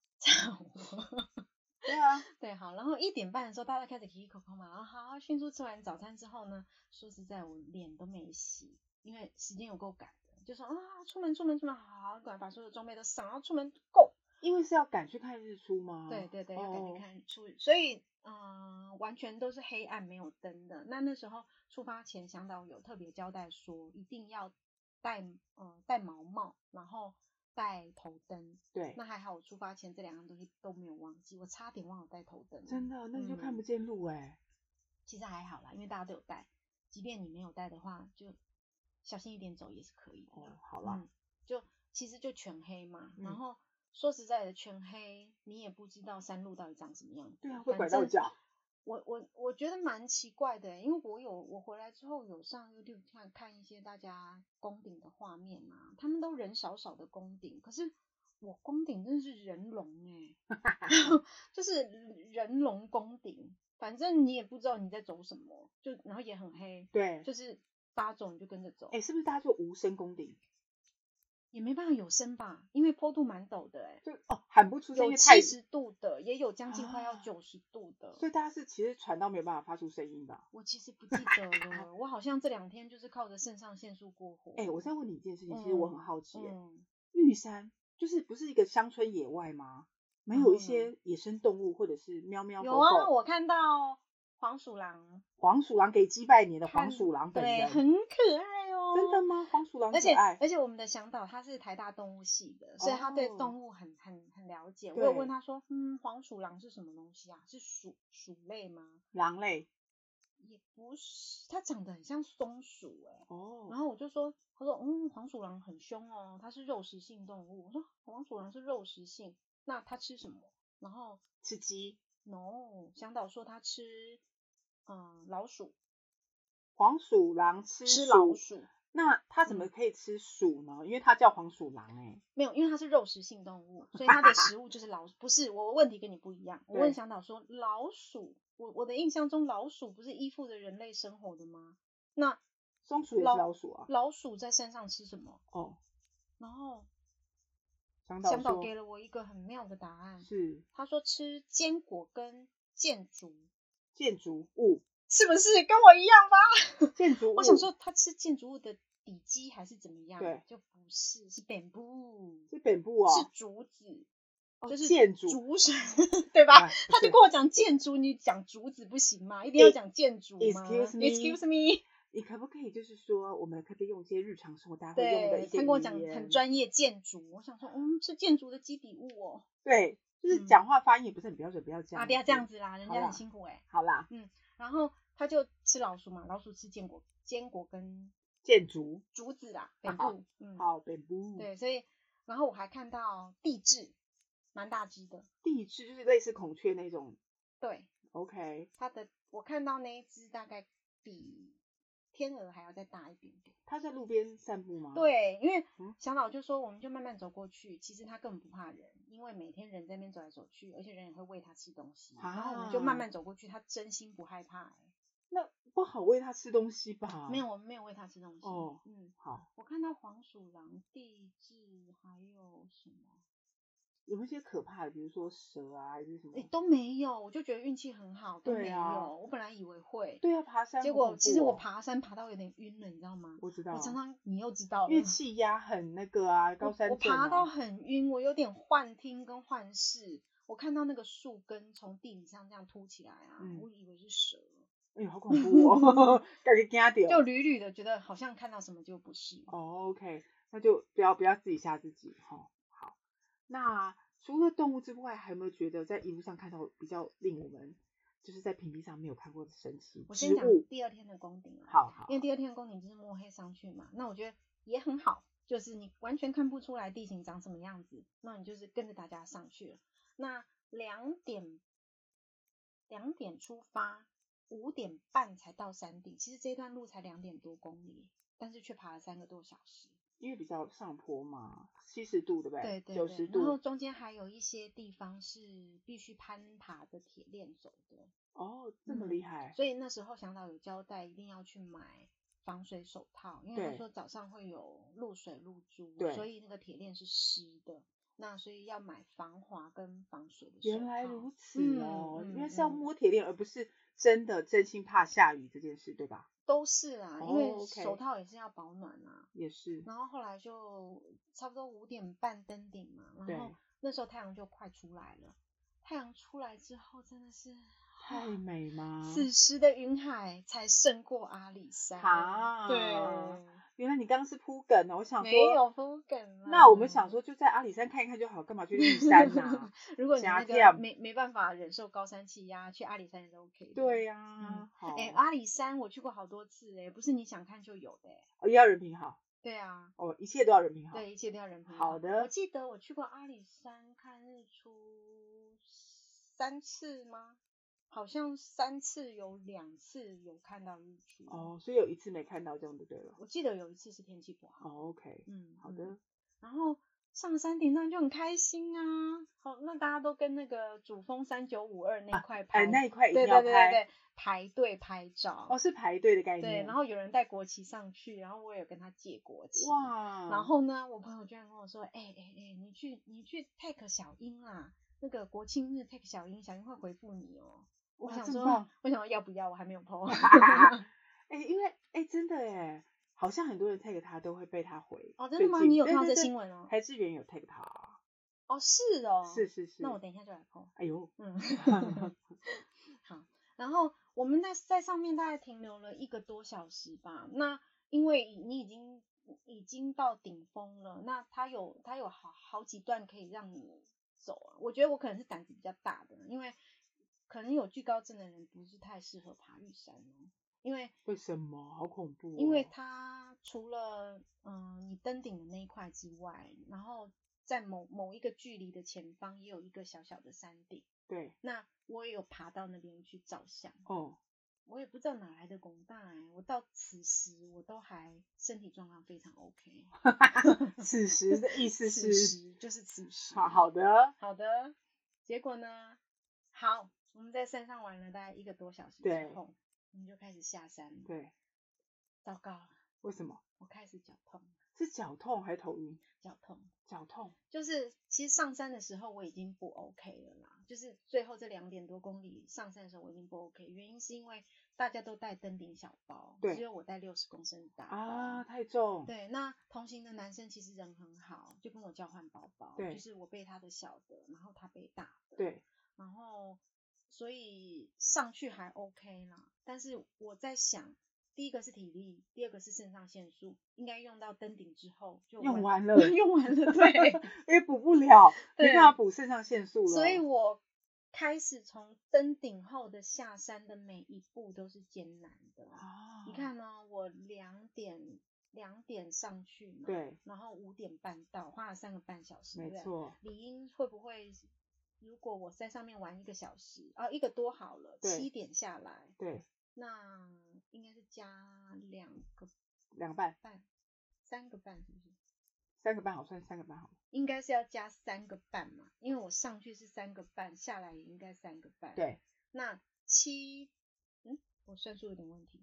S4: 对啊，
S3: 对，好，然后一点半的时候，大家开始提口口嘛，然后好，迅速吃完早餐之后呢，说实在，我脸都没洗，因为时间有够赶的，就说啊，出门出门出门，好好管把所有装备都上，然后出门 go。
S4: [laughs] 因为是要赶去看日出吗？
S3: 对对对，要赶紧
S4: 哦
S3: 看出，所以嗯、呃完全都是黑暗没有灯的。那那时候出发前，向导有特别交代说，一定要戴呃戴毛帽，然后戴头灯。
S4: 对，
S3: 那还好，我出发前这两样东西都没有忘记，我差点忘了带头灯了。
S4: 真的，那你就看
S3: 嗯
S4: 不见路哎、
S3: 其实还好啦，因为大家都有带，即便你没有带的话，就小心一点走也是可以的啦。
S4: 哦，好啦，
S3: 嗯，就其实就全黑嘛。
S4: 嗯
S3: 然后说实在的，全黑你也不知道山路到底长什么样子。
S4: 对啊，会
S3: 反
S4: 拐到
S3: 正
S4: 脚。
S3: 我我我觉得蛮奇怪的欸，因为我有我回来之后有上 YouTube 看看一些大家宫顶的画面啊，他们都人少少的宫顶，可是我宫顶真的是人龙
S4: [laughs]
S3: 哎， [laughs] 就是人龙宫顶，反正你也不知道你在走什么，就然后也很黑，
S4: 对，
S3: 就是八走你就跟着走，
S4: 哎、是不是大家就无声攻顶？
S3: 也没办法有声吧，因为坡度蛮陡的哎，
S4: 就哦喊不出声，因
S3: 有
S4: 为太
S3: 七，十度的，也有将近快要
S4: 啊
S3: 九十度的，
S4: 所以大家是其实传到没有办法发出声音吧？
S3: 我其实不记得
S4: [laughs]
S3: 了，我好像这两天就是靠着肾上腺素过活。
S4: 哎、我再问你一件事情，其实我很
S3: 嗯
S4: 好奇、欸，
S3: 嗯，
S4: 玉山就是不是一个乡村野外吗？没有一
S3: 然后
S4: 些野生动物或者是喵喵狗
S3: 嗯有啊，
S4: 狗、
S3: 我看到黄鼠狼，
S4: 黄鼠狼给击败你的黄
S3: 看
S4: 鼠狼本
S3: 对，
S4: 人， [laughs]
S3: 很可爱哦。
S4: 哦真的？吗？黄鼠狼
S3: 而
S4: 可
S3: 且
S4: 爱，
S3: 而且我们的向导他是台大动物系的，所以他对
S4: 哦
S3: 动物很很很了解。我有
S4: 对
S3: 问他说，嗯，黄鼠狼是什么东西啊？是鼠鼠类吗？
S4: 狼类
S3: 也不是，它长得很像松鼠哎、然
S4: 哦，
S3: 后我就说，他说，嗯，黄鼠狼很凶哦，它是肉食性动物。我说，黄鼠狼是肉食性，那它吃什么？然后
S4: 吃鸡。
S3: ，no，香岛说它吃，嗯，老鼠，
S4: 黄鼠狼吃
S3: 吃老
S4: 鼠，
S3: 鼠，嗯
S4: 那它怎么可以吃鼠呢？因为它叫黄鼠狼哎、
S3: 没有，因为它是肉食性动物，所以它的食物就是老鼠。不 [laughs] 是，我问题跟你不一样，我问
S4: 对
S3: 香岛说，老鼠，我我的印象中老鼠不是依附着人类生活的吗？那
S4: 松鼠也是
S3: 老
S4: 老鼠啊。
S3: 老鼠在山上吃什么？
S4: 哦，
S3: 然后
S4: 香岛
S3: 香岛
S4: 说
S3: 给了我一个很妙的答案，
S4: 是
S3: 他说吃坚果跟箭竹，
S4: 建筑物，
S3: 是不是跟我一样吧？
S4: 建筑物。
S3: 我想说他吃建筑物的底基还是怎么样？
S4: 对，
S3: 就不是是本部，
S4: 是北部
S3: 是
S4: 哦，
S3: 竹子，
S4: 哦
S3: 就是
S4: 箭竹
S3: 竹
S4: [laughs]
S3: 笋，对吧？
S4: 哎不
S3: 他就是跟我讲建筑，你讲竹子不行吗？一定要讲建筑吗
S4: Excuse me
S3: Excuse me，
S4: 你可不可以就是说，我们可不可以用一些日常生活大家会用的
S3: 对
S4: 一，
S3: 他
S4: 些
S3: 跟我
S4: 语
S3: 讲很
S4: 言
S3: 专业建筑，我想说，嗯，是建筑的基底物哦，
S4: 对，就是
S3: 嗯
S4: 讲话发音也不是很标准，不要这样
S3: 啊，不要这样。子啦，人
S4: 好
S3: 家
S4: 啦
S3: 很辛苦哎、
S4: 好啦，
S3: 然后他就吃老鼠嘛，老鼠吃坚果，坚果跟
S4: 建筑
S3: 竹子啦，北
S4: 啊
S3: 部，嗯，
S4: 好，北部
S3: 对，所以然后我还看到地质，蛮大只的，
S4: 地质就是类似孔雀那种。
S3: 对，
S4: OK，
S3: 它的我看到那一只大概比天鹅还要再大一点点，
S4: 它在路边散步吗？，
S3: 对，因为
S4: 嗯
S3: 小老就说我们就慢慢走过去，其实它根本不怕人，因为每天人在那边走来走去，而且人也会喂它吃东西，然后我们就慢
S4: 啊
S3: 慢走过去，它真心不害怕、欸，
S4: 那不好喂它吃东西吧？
S3: 没有，，我们没有喂它吃东西，
S4: 哦
S3: 嗯。
S4: 好，
S3: 我看到黄鼠狼、地质还有什么？
S4: 有没有一些可怕的，比如说蛇啊，还是什么
S3: 诶，？都没有，我就觉得运气很好，都
S4: 对
S3: 没有。
S4: 啊
S3: 我本来以为会，
S4: 对啊，爬山
S3: 结
S4: 好
S3: 果
S4: 恐
S3: 其
S4: 怖
S3: 实
S4: 哦
S3: 我，爬山爬到有点晕了，你知道吗？
S4: 我知道
S3: 我，常常你又知道了
S4: 因为，气压很那个啊，高
S3: 我
S4: 山
S3: 我
S4: 症
S3: 爬
S4: 啊
S3: 到很晕，我有点幻听跟幻视。我看到那个树根从地底上这样凸起来啊，
S4: 嗯
S3: 我以为是蛇，
S4: 哎呦，好恐
S3: [laughs]
S4: 怖哦， [laughs] 感觉惊掉。
S3: 就屡屡的觉得好像看到什么就不是。
S4: 哦，OK，那就不要不要自己吓自己哈、哦。好，那除了动物之外，还有没有觉得在一路上看到比较令我们就是在平地上没有看过的神奇
S3: 我
S4: 植
S3: 先讲
S4: 物？
S3: 第二天的宫顶啊，
S4: 好好，
S3: 因为第二天的宫顶就是摸黑上去嘛，那我觉得也很好，就是你完全看不出来地形长什么样子，那你就是跟着大家上去了。那两点两点出发，五点半才到山顶，其实这段路才两点多公里，但是却爬了三个多小时。
S4: 因为比较上坡嘛，七十度对不
S3: 对
S4: 对？
S3: 对
S4: 九十
S3: 对，然后
S4: 度。
S3: 中间还有一些地方是必须攀爬的铁链走的，
S4: 哦，这么
S3: 嗯
S4: 厉害。
S3: 所以那时候向导有交代，一定要去买防水手套，因为他
S4: 对
S3: 说早上会有露水露珠，
S4: 对
S3: 所以那个铁链是湿的，那所以要买防滑跟防水的手套。
S4: 原来如此
S3: 嗯
S4: 哦，
S3: 嗯
S4: 原来是要
S3: 嗯
S4: 摸铁链，而不是真的真心怕下雨这件事，对吧？
S3: 都是啦，
S4: 哦
S3: 因为
S4: OK
S3: 手套也是要保暖啊。
S4: 也是，
S3: 然后后来就差不多五点半登顶嘛，
S4: 对
S3: 然后那时候太阳就快出来了。太阳出来之后，真的是
S4: 啊太美吗？
S3: 此时的云海才胜过阿里山
S4: 啊
S3: 对，
S4: 原来你刚刚是铺梗哦，我想说
S3: 没有风梗啦。
S4: 那我们想，说，就在阿里山看一看就好，干嘛去玉山呐、
S3: [laughs] 如果你
S4: 假
S3: 那
S4: 假
S3: 个没没办法忍受高山气压，去阿里山也是 OK 的。
S4: 对呀、
S3: 嗯
S4: 好，
S3: 哎、阿里山我去过好多次哎、不是你想看就有的、哎
S4: 哦要人品好
S3: 对啊，
S4: 哦，一切都要人品好。
S3: 对，一切都要人品
S4: 好的
S3: 我记得我去过阿里山看日出三次吗？好像三次有两次有看到日出。，
S4: 哦，所以有一次没看到这样就对了。
S3: 我记得有一次是天气不好。
S4: 哦，OK，
S3: 嗯，
S4: 好的
S3: 嗯。然后上山顶上就很开心啊，好，那大家都跟那个主峰三九五二那块
S4: 哎、
S3: 拍，
S4: 那一块一定
S3: 对对
S4: 要
S3: 对
S4: 拍
S3: 对对，排队拍照。
S4: 哦，是排队的概念。
S3: 对，然后有人带国旗上去，然后我也有跟他借国旗。
S4: 哇，哦
S3: 然后 [laughs] 呢，我朋友居然跟我说：“哎哎哎，你去你去 take 小英啦，那个国庆日 take 小英，小英会回复你哦。”我
S4: 哇
S3: 想
S4: 这么
S3: 说
S4: 棒，
S3: 我想说要不要？我还没有
S4: [laughs]
S3: po。
S4: 哎、因为哎、真的哎，好像很多人 tag 他都会被他回。
S3: 哦真的吗
S4: 最近
S3: 你有看到
S4: 对对
S3: 这
S4: 对
S3: 新闻哦
S4: 台志远有 tag 他，
S3: 哦，是哦，
S4: 是。是是。
S3: 那我等一下就来 po。
S4: 哎呦， [laughs]
S3: 嗯， [laughs] 好。然后我们在在上面大概停留了一个多小时吧。那因为已你已经已经到顶峰了，那它有它有好好几段可以让你走啊。我觉得我可能是胆子比较大的，因为可能有惧高症的人不是太适合爬玉山哦，因为
S4: 为什么？好恐怖、哦。
S3: 因为它除了嗯、你登顶的那一块之外，然后在某某一个距离的前方也有一个小小的山顶。
S4: 对
S3: 那我也有爬到那边去照相，
S4: 哦，
S3: 我也不知道哪来的功大哎、我到此时我都还身体状况非常
S4: [laughs]
S3: OK，
S4: 此时的意思
S3: 此
S4: 是 [laughs]
S3: 时就是此时，
S4: 好好的，
S3: 好的，结果呢，好，我们在山上玩了大概一个多小时
S4: 对
S3: 之后，我们就开始下山了，
S4: 对，
S3: 糟糕了，
S4: 为什么？
S3: 我开始脚痛，
S4: 是脚痛还是头晕？
S3: 脚痛，
S4: 脚痛
S3: 就是其实上山的时候我已经不 OK 了啦，就是最后这两点多公里上山的时候我已经不 OK，原因是因为大家都带登顶小包，
S4: 对
S3: 只有我带六十公升的大包。
S4: 啊，太重。
S3: 对，那同行的男生其实人很好，就跟我交换包包，
S4: 对
S3: 就是我背他的小的，然后他背大的，，
S4: 对，
S3: 然后所以上去还 OK 啦，但是我在想，第一个是体力，第二个是肾上腺素，应该用到登顶之后就
S4: 用
S3: 完
S4: 完了，
S3: [laughs] 用完
S4: [laughs]
S3: 了，对，
S4: 也补不了，没
S3: [laughs] 对
S4: 办法补肾上腺素了。
S3: 所以我开始从登顶后的下山的每一步都是艰难的。
S4: 啊，
S3: 你，看呢、我两点两点上去嘛，
S4: 对，
S3: 然后五点半到，花了三个半小时，
S4: 没
S3: 对不对。
S4: 错，
S3: 理应会不会，如果我在上面玩一个小时，啊，一个多好了，
S4: 对
S3: 七点下来，
S4: 对，
S3: 那应该是加两个
S4: 两个半，
S3: 半，三个半是不是？
S4: 三个半好算三个半好了。
S3: 应该是要加三个半嘛，因为我上去是三个半，下来也应该三个半。
S4: 对，
S3: 那七，嗯，我算数有点问题。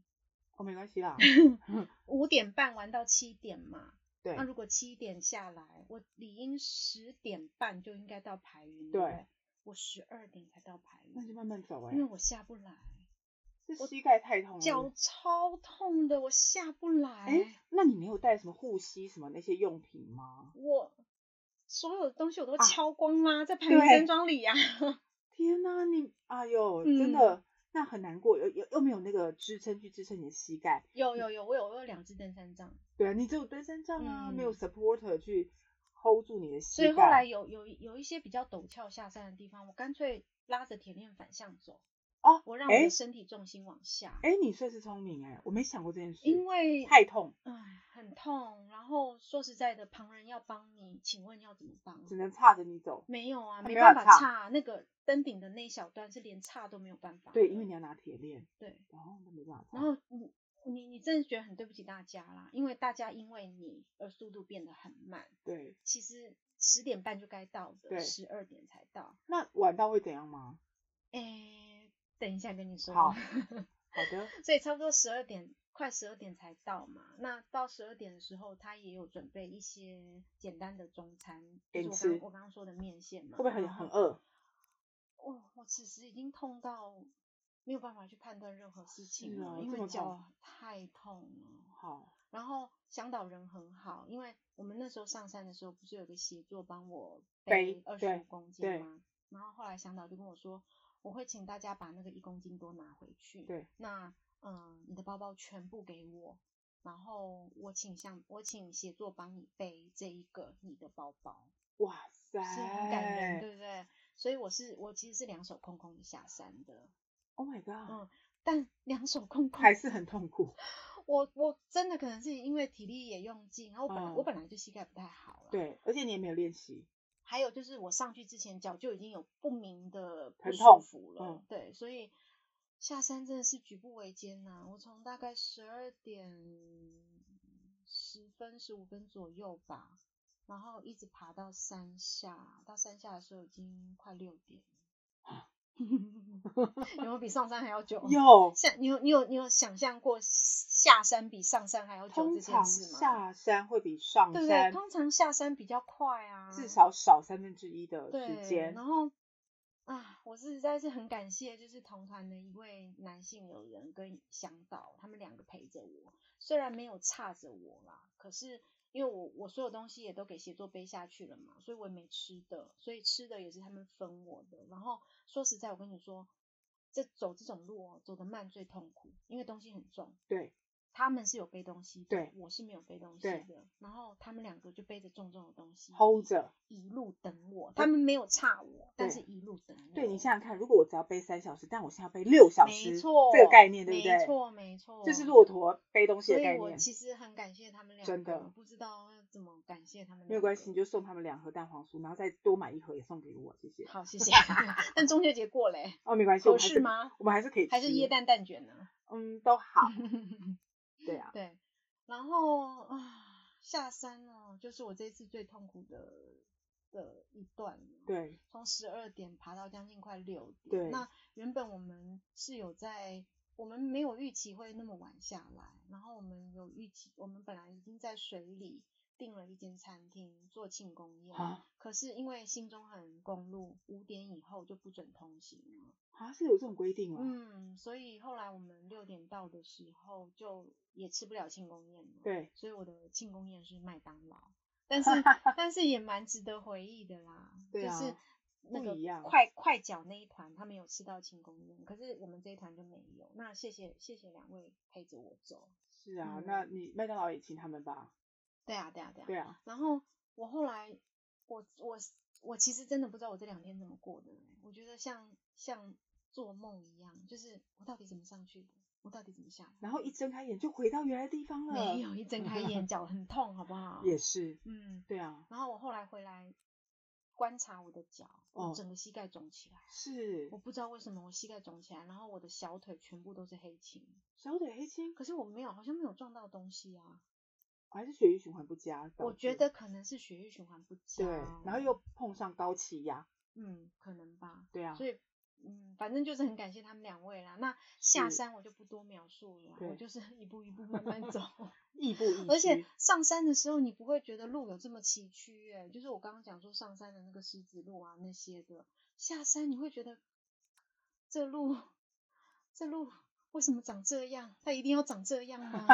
S4: 哦，没关
S3: [laughs]
S4: 系啦，
S3: 五点半玩到七点嘛，
S4: 对
S3: 那如果七点下来，我理应十点半就应该到排云，
S4: 对
S3: 不对，我十二点才到排
S4: 那
S3: 云，
S4: 就慢慢走哎
S3: 因为，我下不来，
S4: 是膝盖太痛
S3: 脚
S4: 了。
S3: 超痛的，我下不来，
S4: 哎，那你没有带什么护膝什么那些用品吗？
S3: 我所有的东西我都
S4: 啊
S3: 敲光啦，在排云
S4: 对
S3: 山庄里呀、 [laughs]
S4: 天哪，你，哎呦，
S3: 嗯
S4: 真的，那很难过，又又又没有那个支撑去支撑你的膝盖。
S3: 有有有，我有我有两只登山杖，
S4: 对啊，你只有登山杖啊，没有
S3: 嗯
S4: supporter 去 hold 住你的
S3: 所
S4: 膝盖。
S3: 以后来有有有一些比较陡峭下山的地方，我干脆拉着铁链反向走，
S4: 哦，
S3: 我让我
S4: 诶
S3: 的身体重心往下，
S4: 哎、你算是聪明哎、我没想过这件事，
S3: 因为
S4: 太痛，
S3: 唉很痛，然后说实在的，旁人要帮你，请问要怎么帮？
S4: 只能岔着你走。
S3: 没有啊，
S4: 没
S3: 没
S4: 办
S3: 办
S4: 法
S3: 法
S4: 岔
S3: 岔，那个登顶的那一小段是连岔都没有办法的。
S4: 对，因为你要啊拿铁链，
S3: 对，
S4: 然后都没办法岔。
S3: 然后你你你真的觉得很对不起大家啦，因为大家因为你而速度变得很慢，
S4: 对，
S3: 其实十点半就该到
S4: 对
S3: 的，十二点才到。
S4: 那晚到会怎样吗？
S3: 诶，等一下跟你说。 [laughs]
S4: 好好的，
S3: 所以差不多十二点，快十二点才到嘛。那到十二点的时候，他也有准备一些简单的中餐，
S4: 给
S3: 就
S4: 你
S3: 是我刚
S4: 吃
S3: 我刚刚说的面线嘛。
S4: 会不会很
S3: 然
S4: 很
S3: 后？
S4: 饿？
S3: 我我此时已经痛到没有办法去判断任何事情
S4: 是
S3: 了，
S4: 啊
S3: 因
S4: 这
S3: 为
S4: 么
S3: 脚
S4: 痛
S3: 太痛了。
S4: 好，
S3: 然后香岛人很好，因为我们那时候上山的时候，不是有个协作帮我
S4: 背
S3: 二十
S4: 对
S3: 五公
S4: 对
S3: 斤吗？然后后来香岛就跟我说，我会请大家把那个一公斤多拿回去。
S4: 对，
S3: 那嗯、呃你的包包全部给我，然后我请向我请协作帮你背这一个你的包包，
S4: 哇塞，
S3: 是很感
S4: 哎
S3: 人，对不对？所以我是我其实是两手空空的下山的，
S4: Oh my god，、
S3: 嗯但两手空空
S4: 还是很痛苦。
S3: 我我真的可能是因为体力也用尽，然后我本来、我
S4: 嗯
S3: 本来就膝盖不太好了，。啊
S4: 对，而且你也没有练习，
S3: 还有就是我上去之前脚就已经有不明的不
S4: 疼
S3: 舒
S4: 痛
S3: 服了，
S4: 嗯
S3: 对，所以下山真的是举步维艰呐、我从大概十二点十分十五分左右吧，然后一直爬到山下，到山下的时候已经快六点
S4: 啊 [laughs]
S3: 了 [laughs] 有没有比上山还要久？
S4: 有
S3: 像你有你有你有想象过下山比上山还要久
S4: 通
S3: 这件
S4: 常
S3: 事吗？
S4: 下山会比上
S3: 对不对？
S4: 山
S3: 通常下山比较快啊，
S4: 至少少三分之一的
S3: 对。
S4: 时间
S3: 然。后啊，我实在是很感谢，就是同团的一位男性友人跟向导，他们两个陪着我，虽然没有差着我啦，可是。因为我我所有东西也都给协作背下去了嘛，所以我也没吃的，所以吃的也是他们分我的。然后说实在，我跟你说，这走这种路哦，走得慢最痛苦，因为东西很重。
S4: 对，
S3: 他们是有背东西的，
S4: 对
S3: 我是没有背东西
S4: 对
S3: 的。然后他们两个就背着重重的东西
S4: hold 着。
S3: 一路等我，他们没有差我，但是
S4: 对
S3: 一路等我。
S4: 对你想想看，如果我只要背三小时，但我现在要背六小时，
S3: 嗯没错，
S4: 这个概念对不对？
S3: 没错，没错，
S4: 这是骆驼背东西
S3: 所
S4: 的
S3: 以
S4: 概
S3: 我
S4: 念。
S3: 其实很感谢他们两个，
S4: 真的
S3: 我不知道要怎么感谢他们两个。
S4: 没有关系，你就送他们两盒蛋黄酥，然后再多买一盒也送给我，谢谢。
S3: 好，谢
S4: [laughs]
S3: 谢。但中秋节过嘞、
S4: 哦，没关系，
S3: 合
S4: 我们还
S3: 适
S4: 是
S3: 吗？
S4: 我们还是可以吃，
S3: 还是椰蛋蛋卷呢？ [laughs]
S4: 嗯，都好。对啊，
S3: 对，然后啊，下山哦，就是我这一次最痛苦的的一段了。
S4: 对
S3: 从十二点爬到将近快六点。
S4: 对
S3: 那原本我们是有在，我们没有预期会那么晚下来，然后我们有预期，我们本来已经在水里订了一间餐厅做庆功宴，
S4: 啊
S3: 可是因为新中横公路五点以后就不准通行了，
S4: 啊是有这种规定哦。
S3: 嗯，所以后来我们六点到的时候就也吃不了庆功宴了，
S4: 对，
S3: 所以我的庆功宴是麦当劳，但是
S4: [laughs]
S3: 但是也蛮值得回忆的啦。
S4: 对啊
S3: 就是那
S4: 不
S3: 个
S4: 一样
S3: 快快脚那一团，他们有吃到庆功宴，可是我们这一团就没有。那谢谢谢谢两位陪着我走。
S4: 是啊，
S3: 嗯
S4: 那你麦当劳也请他们吧。
S3: 对啊对啊对啊。
S4: 对啊，
S3: 然后我后来我我我其实真的不知道我这两天怎么过的欸、我觉得像像做梦一样，就是我到底怎么上去的，我到底怎么下来。
S4: 然后一睁开眼就回到原来的地方了。
S3: 没有一睁开
S4: [laughs]
S3: 眼脚很痛，好不好？
S4: 嗯也是，
S3: 嗯。
S4: 对啊，
S3: 然后我后来回来观察我的脚，我
S4: 哦
S3: 整个膝盖肿起来，
S4: 是
S3: 我不知道为什么我膝盖肿起来，然后我的小腿全部都是黑青，
S4: 小腿黑青，
S3: 可是我没有，好像没有撞到东西啊，
S4: 还是血液循环不佳导致。
S3: 我觉得可能是血液循环不佳
S4: 对
S3: 哦，，
S4: 然后又碰上高气压，
S3: 嗯，可能吧，
S4: 对啊，
S3: 所以。嗯，反正就是很感谢他们两位啦。那下
S4: 是
S3: 山我就不多描述了啦，我
S4: 对
S3: 就是一步一步慢慢走。
S4: 亦步亦
S3: 而且
S4: 趋
S3: 上山的时候，你不会觉得路有这么崎岖耶、就是我刚刚讲说上山的那个石子路啊那些的，下山你会觉得这路这路为什么长这样？它一定要长这样吗？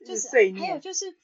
S3: 就
S4: 日
S3: 是
S4: 碎
S3: 还有
S4: 念
S3: 就是，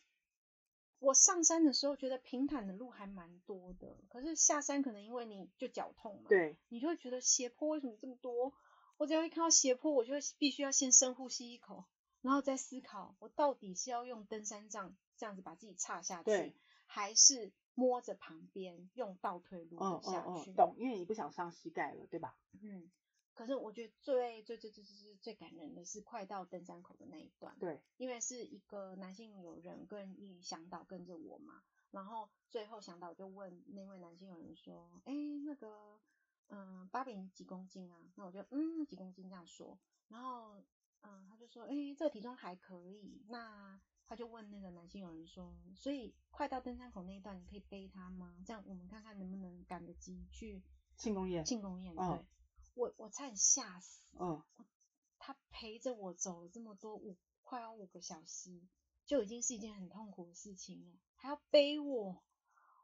S3: 我上山的时候觉得平坦的路还蛮多的，可是下山可能因为你就脚痛嘛，，
S4: 对
S3: 你就会觉得斜坡为什么这么多？我只要一看到斜坡，我就会必须要先深呼吸一口，然后再思考我到底是要用登山杖这样子把自己岔下去
S4: 对，
S3: 还是摸着旁边用倒退路
S4: 嗯
S3: 的
S4: 嗯
S3: 下去？
S4: 嗯，懂，因为你不想伤膝盖了，对吧？
S3: 嗯。可是我觉得最最最最最最最感人的是快到登山口的那一段，
S4: 对，
S3: 因为是一个男性友人跟一向导跟着我嘛，然后最后向导就问那位男性友人说：“哎，那个，嗯，芭比你几公斤啊？”那我就嗯几公斤这样说，然后嗯他就说：“哎，这个体重还可以。”那他就问那个男性友人说：“所以快到登山口那一段，你可以背他吗？这样我们看看能不能赶得及去
S4: 庆功宴，
S3: 庆功宴。”
S4: 嗯
S3: 对，我我差点吓死。
S4: 嗯，
S3: 他陪着我走了这么多五快要五个小时，就已经是一件很痛苦的事情了，还要背我，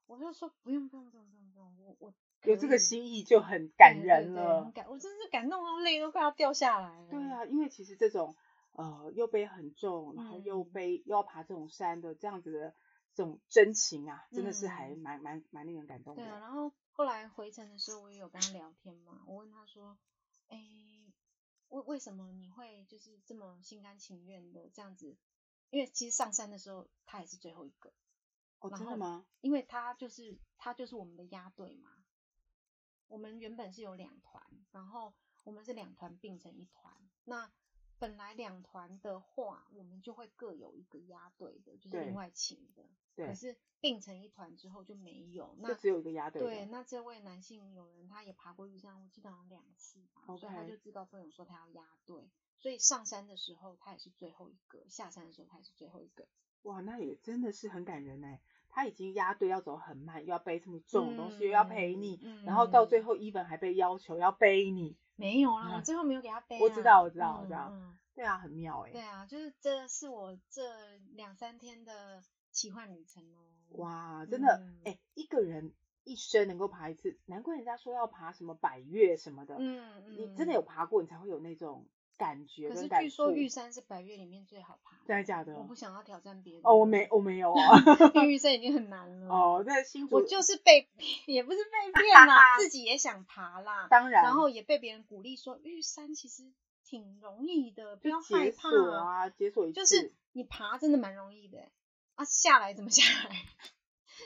S3: 我就说不用不用不用不用不用，我我
S4: 有
S3: 可
S4: 这个
S3: 以
S4: 心意就很感
S3: 对对
S4: 人
S3: 对
S4: 了
S3: 很。感，我真是感动到泪都快要掉下来了。
S4: 对啊，因为其实这种呃又背很重，然后又
S3: 嗯
S4: 背、又要爬这种山的这样子的这种真情啊，真的是还
S3: 嗯
S4: 蛮蛮蛮令人感动
S3: 对啊，
S4: 的。
S3: 然后后来回程的时候，我也有跟他聊天嘛，我问他说，哎，为为什么你会就是这么心甘情愿的这样子？因为其实上山的时候他也是最后一个，
S4: 哦，
S3: 然
S4: 真的
S3: 后
S4: 吗？
S3: 因为他就是他就是我们的压队嘛。我们原本是有两团，然后我们是两团并成一团。那本来两团的话，我们就会各有一个压队的，就是
S4: 对
S3: 另外请的。可
S4: 对，
S3: 是并成一团之后就没有。那
S4: 就只有一个鸭队。
S3: 对，，那这位男性友人他也爬过玉山，我记得好像两次吧所以他
S4: OK
S3: 就自告奋勇说他要压队，所以上山的时候他也是最后一个，下山的时候他也是最后一个。
S4: 哇，那也真的是很感人哎。他已经压队要走很慢，又要背这么重的东西，又要陪
S3: 嗯
S4: 你，
S3: 嗯
S4: 然后到最后 even 还被要求要背你。
S3: 没有啦，
S4: 啊
S3: 我最后没有给他背啊。
S4: 我知道我知道我知道
S3: 嗯
S4: 对啊，很妙哎。
S3: 对啊，就是这是我这两三天的奇幻旅程哦。，
S4: 哇，真的
S3: 嗯
S4: 哎、一个人一生能够爬一次，难怪人家说要爬什么百越什么的。
S3: 嗯嗯，
S4: 你真的有爬过，你才会有那种感觉
S3: 可
S4: 跟
S3: 是
S4: 感
S3: 据说
S4: 触。
S3: 玉山是百越里面最好爬的，
S4: 真的假的？哦
S3: 我不想要挑战别人。
S4: 哦，我没，我没有啊。
S3: [laughs] 因
S4: [laughs]
S3: 为玉山已经很难了。，
S4: 哦，在新竹
S3: 我就是被， [laughs] 也不是被骗
S4: [laughs]
S3: 啦，自己也想爬啦，
S4: 当然，
S3: 然后也被别人鼓励说玉山其实挺容易的，不
S4: 就
S3: 要害
S4: 解
S3: 怕
S4: 锁啊，解锁一次
S3: 就是你爬真的蛮容易的欸、啊，下来怎么下来？ [laughs]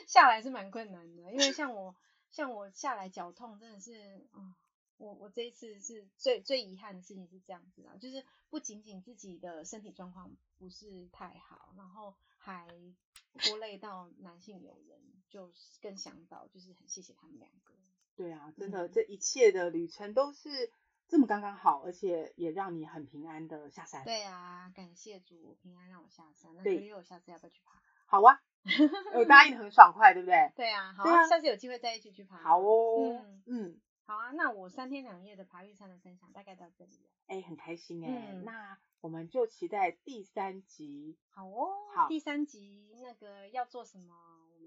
S3: 下来是蛮困难的，因为像我，像我下来脚痛真的是，嗯，我我这一次是最最遗憾的事情是这样子啊，就是不仅仅自己的身体状况不是太好，然后还拖累到男性友人，就是更想到就是很谢谢他们两个，
S4: 对啊，真的，
S3: 嗯
S4: 这一切的旅程都是这么刚刚好，而且也让你很平安的下山。，
S3: 对啊，感谢主平安让我下山，那
S4: 对
S3: Cleo 下次要不要去爬？[laughs]
S4: 好啊，我答应得很爽快，对不对？
S3: 对啊，好
S4: 对
S3: 啊
S4: 啊
S3: 下次有机会再一起去爬。
S4: 好哦，
S3: 嗯
S4: 嗯，
S3: 好啊，那我三天两夜的爬玉山的分享大概到这里了。
S4: 哎、很开心哎、
S3: 嗯
S4: 那我们就期待第三集，
S3: 好哦，
S4: 好
S3: 第三集那个要做什么，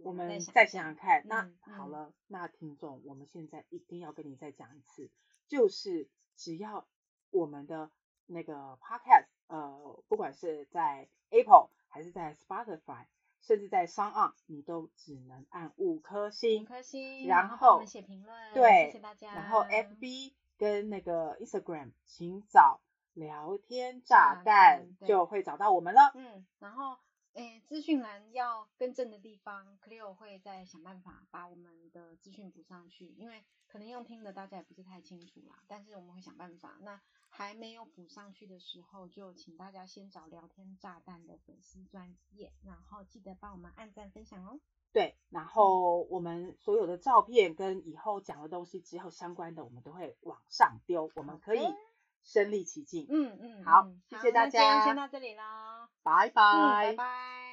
S4: 我
S3: 们
S4: 们
S3: 再
S4: 再
S3: 想一
S4: 想想
S3: 下。
S4: 看。那、
S3: 嗯
S4: 好
S3: 嗯
S4: 了，那听众，我们现在一定要跟你再讲一次，就是只要我们的那个 podcast，呃，不管是在 Apple 还是在 Spotify，甚至在 s o n 你都只能按五颗
S3: 五
S4: 星。
S3: 颗星，
S4: 然
S3: 后我
S4: 后
S3: 们写评论，
S4: 对
S3: 谢谢大家。
S4: 然后 FB 跟那个 Instagram，请找聊天炸
S3: 炸
S4: 弹
S3: 弹对
S4: 就会找到我们了。
S3: 嗯，然后诶，资讯栏要更正的地方，Cleo 会再想办法把我们的资讯补上去，因为可能用听的大家也不是太清楚啦，但是我们会想办法。那还没有补上去的时候，就请大家先找聊天炸弹的粉丝专业，然后记得帮我们按赞分享哦。
S4: 对，然后我们所有的照片跟以后讲的东西之后相关的，我们都会往上丢，我们可以
S3: 好的
S4: 身临其境。
S3: 嗯嗯，
S4: 好
S3: 嗯
S4: 谢谢大
S3: 那今天
S4: 家
S3: 先到这里啦，
S4: 拜
S3: 嗯，拜
S4: 拜。
S3: 拜。